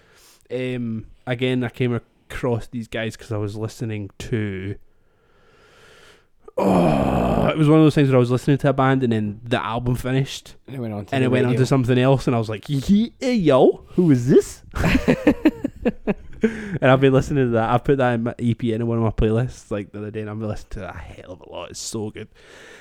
Um, again, I came across these guys because I was listening to. Oh, it was one of those things where I was listening to a band and then the album finished And it went on. To and the it went on radio. to something else, and I was like, "Yee, eh, "Yo, who is this?" and I've been listening to that. I put that in my EP in one of my playlists like the other day, and I've been listening to that a hell of a lot. It's so good.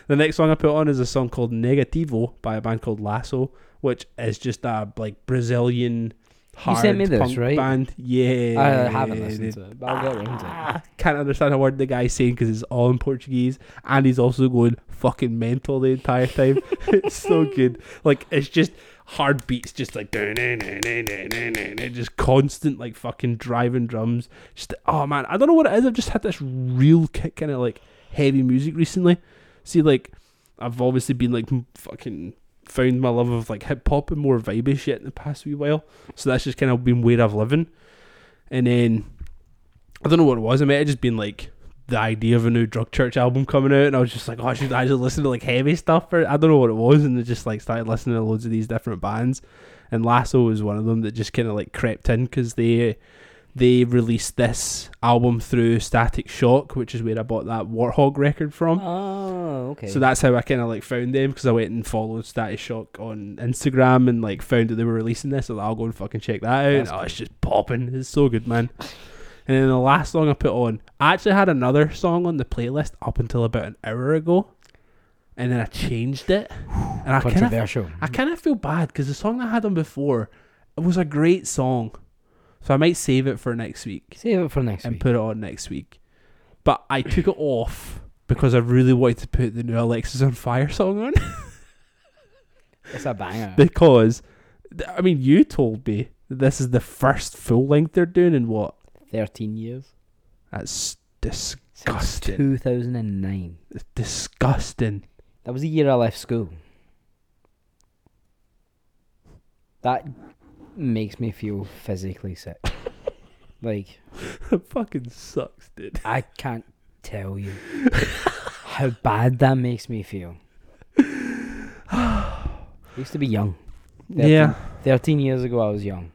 The next song I put on is a song called "Negativo" by a band called Lasso, which is just a like Brazilian You hard sent me this, punk right? band. Yeah, I haven't listened to it, but I'll get around to it. Ah, Can't understand a word the guy's saying because it's all in Portuguese, and he's also going fucking mental the entire time. it's so good. Like it's just hard beats, just like just constant like fucking driving drums. Just oh man, I don't know what it is. I've just had this real kick kind of like heavy music recently. See, like I've obviously been like m- fucking found my love of like hip hop and more vibey shit in the past wee while. So that's just kind of been where I've living. And then I don't know what it was. I mean, it just been like the idea of a new Drug Church album coming out, and I was just like, oh, I should I just listen to like heavy stuff? Or I don't know what it was, and I just like started listening to loads of these different bands. And Lasso was one of them that just kind of like crept in because they they released this album through Static Shock, which is where I bought that Warthog record from. Oh, okay. So that's how I kind of like found them because I went and followed Static Shock on Instagram and like found that they were releasing this. So I'll go and fucking check that out. That's oh, it's just popping. It's so good, man. And then the last song I put on, I actually had another song on the playlist up until about an hour ago, and then I changed it, and I kind of Controversial. I kind of feel bad because the song that I had on before it was a great song, so I might save it for next week Save it for next and week. put it on next week. But I took it off because I really wanted to put the new Alexis on Fire song on It's a banger. because, th- I mean, you told me that this is the first full length they're doing in what? Thirteen years That's disgusting. since Disgusting. two thousand and nine. disgusting. That was the year I left school. That makes me feel physically sick. like That fucking sucks, dude. I can't tell you how bad that makes me feel. I used to be young. 13 Yeah, Thirteen years ago, I was young.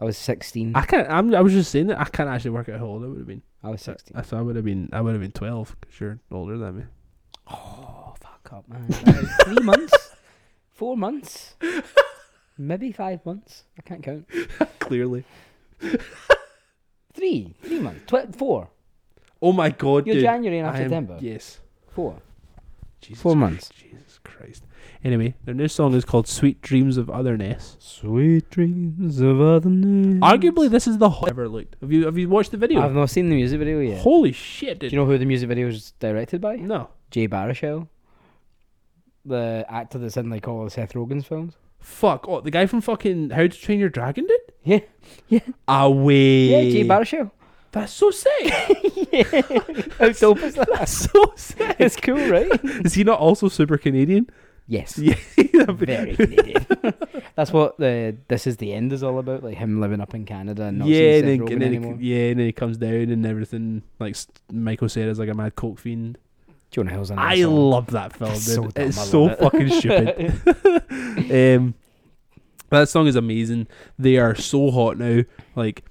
I was sixteen. I can't. I'm, I was just saying that I can't actually work out how old I would have been. I was sixteen. So I would have been. I would have been twelve because you're older than me. Oh fuck up, man! That was Three months, four months, maybe five months. I can't count. Clearly. Three, three months, tw- four, Oh my god, You're dude. January and I'm I am- September. Yes. four. Jesus Four Christ, months. Jesus Christ. Anyway, their new song is called "Sweet Dreams of Otherness." Sweet dreams of otherness. Arguably, this is the hottest ever looked. Have you have you watched the video? I've not seen the music video yet. Holy shit, Do dude! you know who the music video is directed by? no, Jay Baruchel, the actor that's in like all of Seth Rogen's films. fuck. Oh, the guy from fucking How to Train Your Dragon, dude. Yeah, Away. yeah, Jay Baruchel. That's so sick. How dope is that? That's so sick. It's cool, right? Is he not also super Canadian? yes. Yeah. Very Canadian. That's what the This Is the End is all about, like him living up in Canada and not yeah, and then, seeing Seth Rogen and then he, anymore. yeah, and then he comes down and everything. Like s- Michael said, is like a mad coke fiend. Jonah Hill's in it, I so- love that film, dude. It's so dumb, I it's love so it. fucking stupid. um, that song is amazing. They are so hot now. Like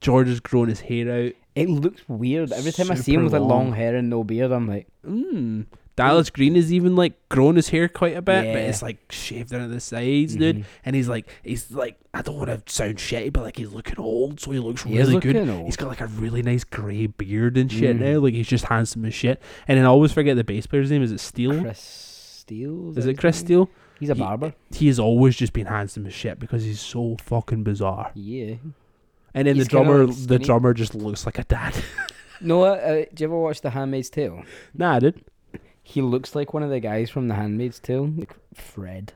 George has grown his hair out. It looks weird every time I see Super him with like long. long hair and no beard. I'm like, Hmm. Mm. Dallas Green has even like grown his hair quite a bit, but Yeah. it's like shaved down at the sides, dude. Mhm. And he's like, he's like, I don't want to sound shitty, but like he's looking old, so he looks He is really good. looking old. He's got like a really nice grey beard and shit Mhm. now. Like he's just handsome as shit. And then I always forget the bass player's name. Is it Steele? Chris Steele. is that it his Chris name? Steele? He's a He- barber. he has always just been handsome as shit because he's so fucking bizarre. Yeah. And then He's the kinda drummer, like the skinny. drummer just looks like a dad. Noah, uh, do you ever watch The Handmaid's Tale? nah, dude. He looks like one of the guys from The Handmaid's Tale, like Fred.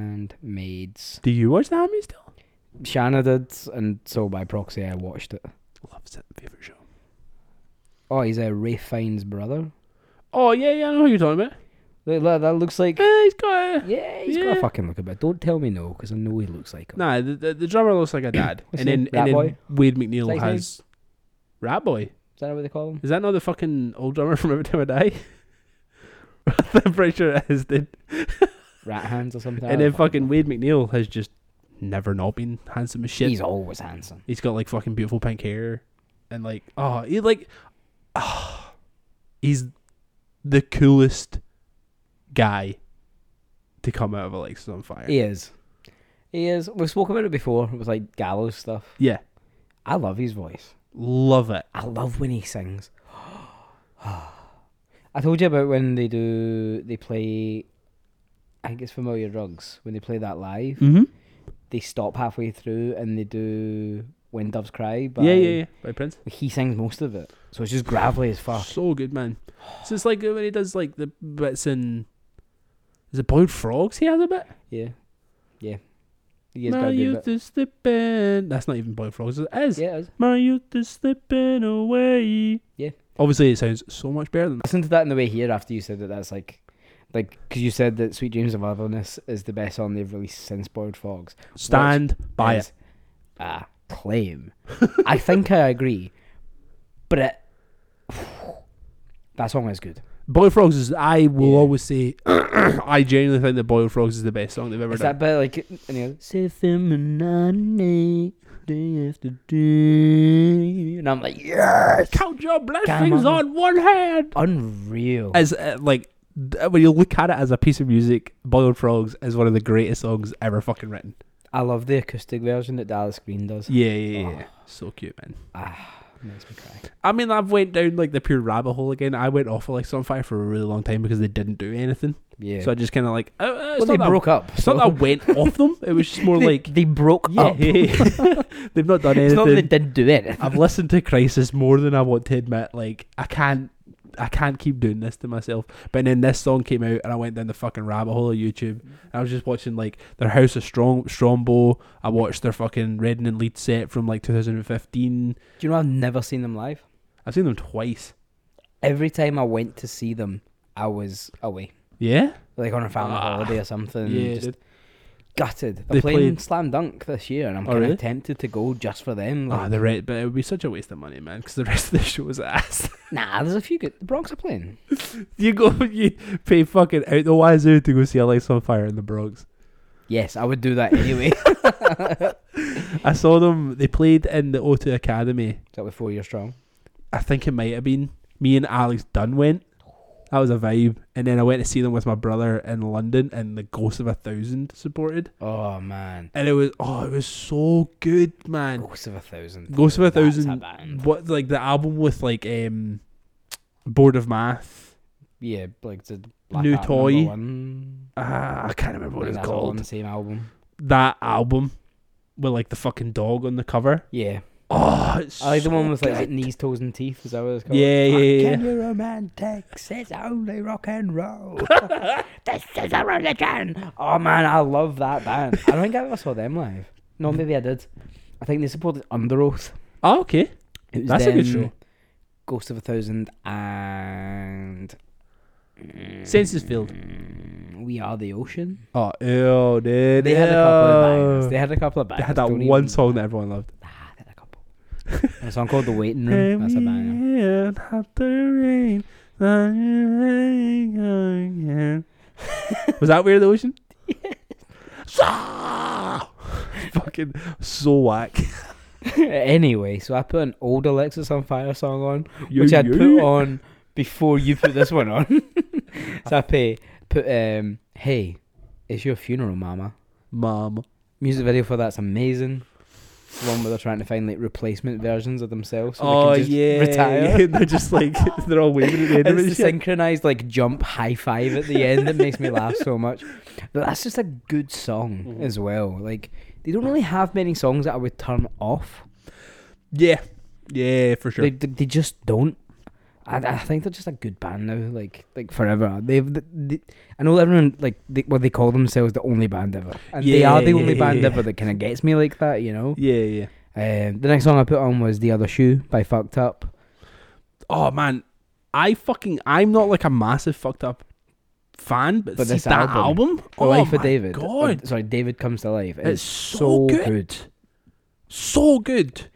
Handmaids. Do you watch the Hammy still? Shanna did, and so by proxy, I watched it. Loves it, favorite show. Oh, he's a Ray Fiennes' brother. Oh yeah, yeah, I know who you're talking about. Look, look, that looks like. Eh, he's got. A... Yeah, he's got Yeah. a fucking look about. Don't tell me no, because I know he looks like him. Nah, the, the, the drummer looks like a dad. What's and his then name? Rat and Boy? then Wade Is McNeil that his has Rat Boy. Is that what they call him? Is that not the fucking old drummer from Every Time I Die? I'm pretty sure it is, dude. Rat hands or something. I and then don't fucking fucking Wade McNeil has just never not been handsome as know. shit. He's always handsome. He's got like fucking beautiful pink hair, and like oh, he like, ah, he's the coolest guy to come out of Alexis on Fire. He is. He is. We spoke about it before. It was like gallows stuff. Yeah, I love his voice. love it. I love when he sings. I told you about when they do they play I think it's familiar drugs. When they play that live, Mm-hmm. they stop halfway through and they do When Doves Cry, but Yeah, yeah, yeah. By Prince, he sings most of it. So it's just gravelly as fuck. so good, man. So it's like when he does like the bits in. Is it boiled frogs? He has a bit. Yeah. Yeah. He has My got a good youth bit. is slipping. That's not even boiled frogs. It is. Yeah, it is. My youth is slipping away. Yeah. Obviously, it sounds so much better than that. Listen to that on the way here after you said that that's like like because you said that Sweet Dreams of Otherness is the best song they've released since Boiled Fogs. Stand by it. is a claim. I think I agree, but it, that song is good. Boiled Frogs is I will Yeah. always say I genuinely think that Boiled Frogs is the best song they've ever Is done. that bit like any other? Seven and nine, day after day, and I'm like, yes, Count your blessings on. on one hand. unreal. As uh, like d- when you look at it as a piece of music, Boiled Frogs is one of the greatest songs ever fucking written. I love the acoustic version that Dallas Green does. Yeah, yeah, yeah. So cute, man. Ah, makes me cry. I mean, I've went down like the pure rabbit hole again. I went off of like Sunfire for a really long time because they didn't do anything. Yeah. So I just kind of like, oh, uh, it's well, they not that- broke up. It's not that I went off them. It was just more they, like they broke yeah, up. they've not done It's not that they anything. didn't do it. I've listened to Crisis more than I want to admit. Like I can't, I can't keep doing this to myself. But then this song came out, and I went down the fucking rabbit hole of YouTube. I was just watching like their House of Strong Strombo. I watched their fucking Redden and Lead set from like 2015. Do you know I've never seen them live? I've seen them twice. Every time I went to see them, I was away, Yeah, like on a family Ah, holiday or something. yeah. just dude. gutted. They're They playing played- Slam Dunk this year, and I'm Oh, kind of really? tempted to go just for them. Ah, Like, the red, but it would be such a waste of money, man. Because the rest of the show is ass. nah, there's a few good. The Bronx are playing. you go, you pay fucking out the wazoo to go see a lights on fire in the Bronx. Yes, I would do that anyway. Is I saw them. They played in the O2 Academy. that with four years strong? I think it might have been me and Alex Dunn went. That was a vibe. And then I went to see them with my brother in London, and the Ghost of a Thousand supported. Oh man, And it was oh, it was so good, man. Ghost of a Thousand. Ghost of a That's a Thousand. band. what like the album with like um, Board of Math. Yeah, like the New Album Toy. number One. Ah, I can't remember what Like it's that's all on called. the same album. That album with like the fucking dog on the cover. Yeah, Oh, it's I like the so one with like is it good. knees, toes, and teeth. Is that what it's called? Yeah, yeah, yeah, Can you romantic? It's only rock and roll. this is a religion. Oh man, I love that band. I don't think I ever saw them live. No, maybe I did. I think they supported Under Oath. Oh, okay. It was That's a good them, show. Ghost of a Thousand and Senses Field. Mm, We Are the Ocean. Oh, ew, dude. They had a couple of ew. bangers. They had a couple of They bangers. had that don't one even- song that everyone loved. Ah, they had a couple. a song called The Waiting Mm, Room. That's a banger. Was that Weird Ocean? Fucking so whack. anyway, so I put an old Alexis on Fire song on, Yo, which I'd yo. put on before you put this one on. so I pay, put, um, hey, it's your funeral, mama. Mom. Music video for that's amazing. It's the one where they're trying to find like replacement versions of themselves. So oh, they can just yeah. Retire. they're just like, they're all waving at the end of And it. it's and a shit. synchronized like jump high five at the end that makes me laugh so much. But that's just a good song Mhm. as well. Like they don't really have many songs that I would turn off. Yeah. Yeah, for sure. They, they, they just don't. I, I think they're just a good band now, like like forever. They've th th- I know everyone like they, well they call themselves the only band ever, and they are the Yeah, only yeah, band yeah. ever that kind of gets me like that, you know. yeah, yeah. Um, the next song I put on was "The Other Shoe" by Fucked Up. Oh, man. I fucking, I'm not like a massive fucked up fan, but, But see this that album, album? The oh, Life of my David. or- God. sorry, David Comes to Life. It's It's so good. So good.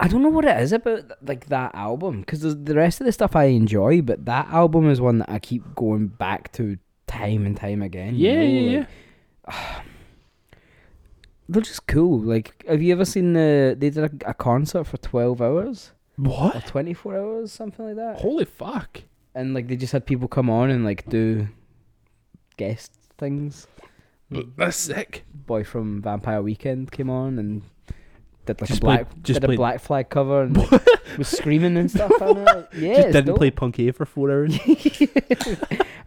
I don't know what it is about th- like that album because the rest of the stuff I enjoy, but that album is one that I keep going back to time and time again. you Yeah, know, yeah, like, yeah. they're just cool. Like, have you ever seen the? They did a, a concert for twelve hours or What? twenty four hours, something like that. Holy fuck. And like, they just had people come on and like do guest things. That's sick. Boy from Vampire Weekend came on and did like Just a black played- just did a played- black flag cover and like, was screaming and stuff. I know, like, yeah, Just it's didn't dope. play Punk A for four hours.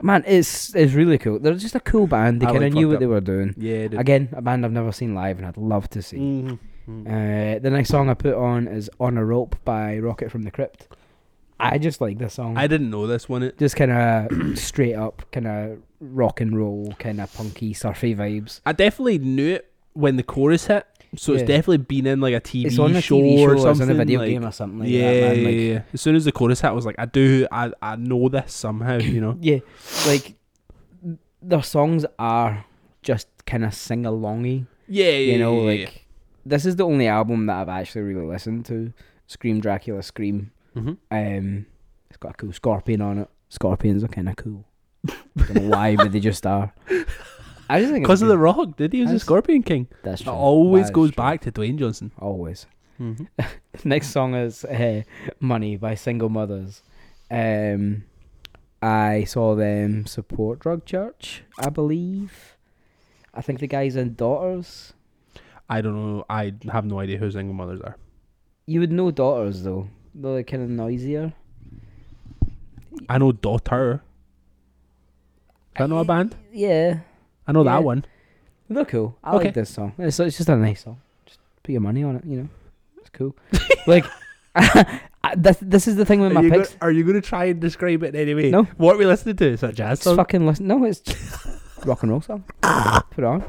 Man, it's it's really cool. They're just a cool band. They I kind of like Fucked knew what Up. they were doing. yeah, dude. Again, a band I've never seen live and I'd love to see. Mhm. Mhm. Uh, the next song I put on is "On a Rope" by Rocket from the Crypt. I just like this song. I didn't know this one. It. just kind of straight up, kind of rock and roll, kind of punky, surfy vibes. I definitely knew it when the chorus hit. So it's Yeah. definitely been in like a TV, it's on a show, TV show or or, something. it's on a video like- game or something like yeah, that. Man. Like, yeah, yeah. As soon as the chorus hit, I was like, I do, I, I know this somehow, you know? yeah, like their songs are just kind of sing alongy. Yeah, yeah. you know, yeah, like this is the only album that I've actually really listened to. Scream Dracula Scream. yeah. Mhm. Um, it's got a cool scorpion on it. Scorpions are kind of cool. don't know why, but they just are. I just think it's Because of the good. rock, did he? was a That's- Scorpion King. That's It true. always That is goes true. back to Dwayne Johnson. Always. Mm-hmm. Next song is uh, "Money" by Single Mothers. Um, I saw them support Drug Church, I believe. I think the guys and daughters. I don't know. I have no idea who single mothers are. You would know daughters though. They're kind of noisier. I know Daughter. Is that not a band? Yeah, I know Yeah. that one. they're cool. I Okay. like this song. It's, it's just a nice song. Just put your money on it. You know, it's cool. like, I- this, this is the thing with my you go- picks. are you going to try and describe it anyway? No. What are we listening to? Is that jazz Just song? fucking listen. No, it's rock and roll song. Put it on.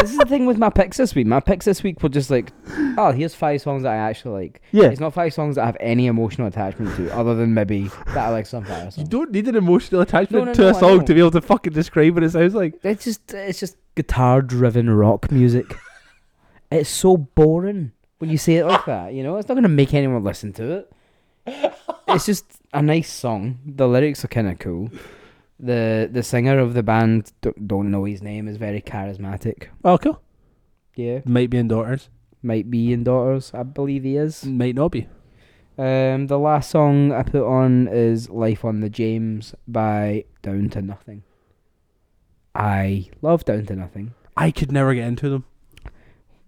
this is the thing with my picks this week. My picks this week were just like, oh, here's five songs that I actually like. Yeah. It's not five songs that I have any emotional attachment to, other than maybe that I like some fire You song. don't need an emotional attachment No, no, to no, a I song know. to be able to fucking describe what it sounds like. It's just, it's just guitar-driven rock music. it's so boring when you say it like that. You know, it's not gonna make anyone listen to it. it's just a nice song. The lyrics are kind of cool. The the singer of the band don't, don't know his name is very charismatic. Oh, cool. Yeah, Might be in Daughters. might be in Daughters, I believe he is. Might not be. Um, the last song I put on is "Life on the James" by Down to Nothing. I love Down to Nothing. I could never get into them.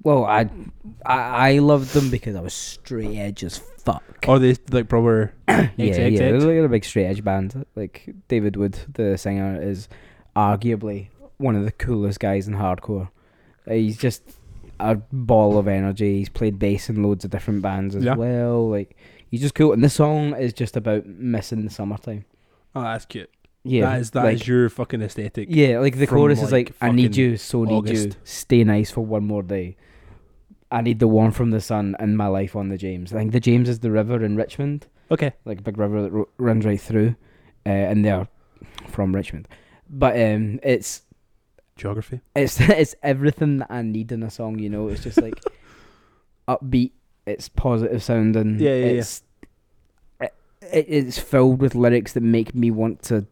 Well, I, I, I loved them because I was straight edge as fuck. Or they like proper yeah, XX. yeah, they're like a big straight edge band. Like David Wood, the singer, is arguably one of the coolest guys in hardcore. Uh, He's just a ball of energy. He's played bass in loads of different bands as Yeah. well. Like he's just cool. And this song is just about missing the summertime. Oh, that's cute. Yeah, that is that is like, your fucking aesthetic. yeah. Like the from, chorus is like, like, "I need fucking you, so need you. August." Stay nice for one more day." I need the warmth from the sun and my life on the James. I think the James is the river in Richmond Okay. like a big river that ru- runs right through, uh, and they're from Richmond. But um, it's Geography. it's it's everything that I need in a song. You know, it's just like upbeat. It's positive sounding. Yeah, yeah, yeah. it's, It, it- it's filled with lyrics that make me want to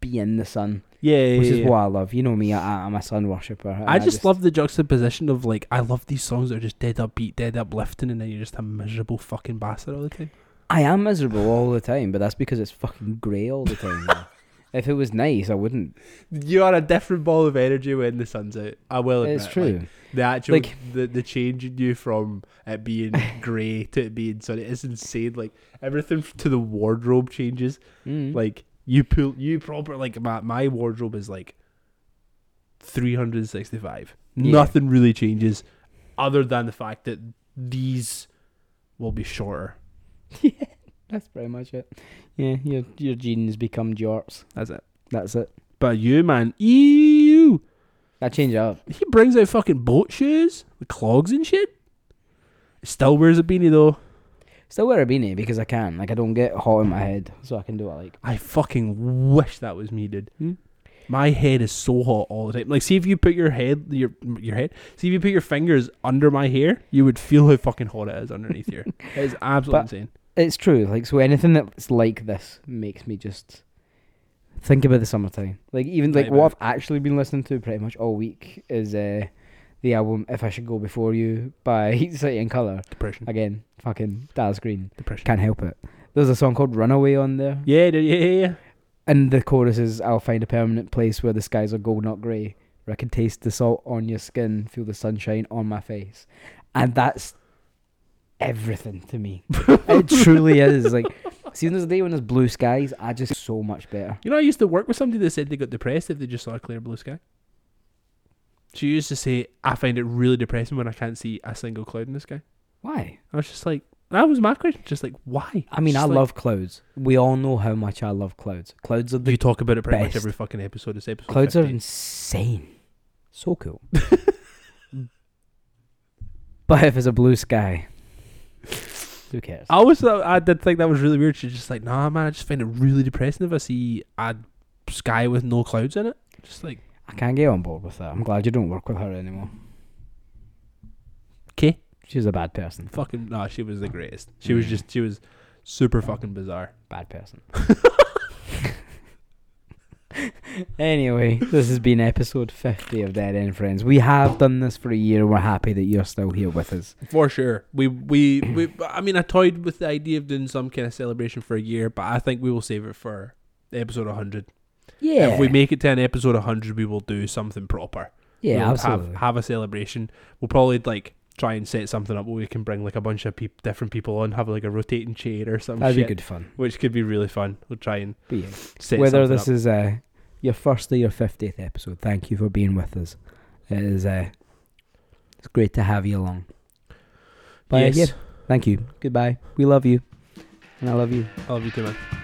be in the sun, Yeah, yeah, which yeah, is yeah. what I love. You know me, I, I'm a sun worshipper. and I just love the juxtaposition of like I love these songs that are just dead upbeat, dead uplifting, and then you're just a miserable fucking bastard all the time. I am miserable all the time, but that's because it's fucking grey all the time. though. if it was nice, I wouldn't. You are a different ball of energy when the sun's out. I will admit. It's true. Like, the actual Like- the, the change in you from it being grey to it being sunny is insane. Like everything f- to the wardrobe changes. Mm. Like you pull you proper like my my wardrobe is like three hundred and sixty five. Yeah. Nothing really changes other than the fact that these will be shorter. That's pretty much it. Yeah, your your jeans become jorts. That's it. That's it. But you man, ew I change it up. he brings out fucking boat shoes with clogs and shit. Still wears a beanie though. Still wear a beanie because I can. Like I don't get hot in my head, so I can do what I like. I fucking wish that was me, dude. Hmm? My head is so hot all the time. Like, see if you put your head, your your head, see if you put your fingers under my hair, you would feel how fucking hot it is underneath here. It is absolutely But- insane. It's true. Like so, anything that's like this makes me just think about the summertime. Like even like Right, what man. I've actually been listening to pretty much all week is uh, the album "If I Should Go Before You" by City and Color. Depression. Again, fucking Daz Green. Depression. Can't help it. There's a song called "Runaway" on there, Yeah, dude, yeah, yeah, yeah. and the chorus is I'll find a permanent place where the skies are gold, not grey, where I can taste the salt on your skin, feel the sunshine on my face. And that's everything to me. it truly is. Like seeing this day when there's blue skies, I just so much better. You know, I used to work with somebody that said they got depressed if they just saw a clear blue sky. She used to say, "I find it really depressing when I can't see a single cloud in the sky." Why? I was just like, that was my question. Just like, why? I mean, Just I like, love clouds. We all know how much I love clouds. Clouds are the You talk about it pretty much best. every fucking episode. It's episode. clouds 15. are insane. So cool. but if it's a blue sky, who cares? I always thought I did think that was really weird. She's just like, nah, man, I just find it really depressing if I see a sky with no clouds in it. Just like, I can't get on board with that. I'm glad you don't work with her anymore. okay, She's a bad person. fucking, nah, she was the greatest. She was Mm. just, she was super fucking bizarre. Bad person. anyway, this has been episode 50 of Dead End Friends. We have done this for a year. We're happy that you're still here with us. For sure. We, we, we, I mean, I toyed with the idea of doing some kind of celebration for a year, but I think we will save it for episode 100. Yeah. If we make it to an episode 100, we will do something proper. yeah, we'll absolutely. Have, have a celebration. We'll probably like try and set something up where we can bring like a bunch of peop different people on, have like a rotating chair or something. That'd be good fun. Which could be really fun. We'll try and But yeah, set whether something this up. is uh, your first or your fiftieth episode, thank you for being with us. It is uh, it's great to have you along. But uh, yes, yeah, thank you. Goodbye. We love you, and I love you. I love you too, man.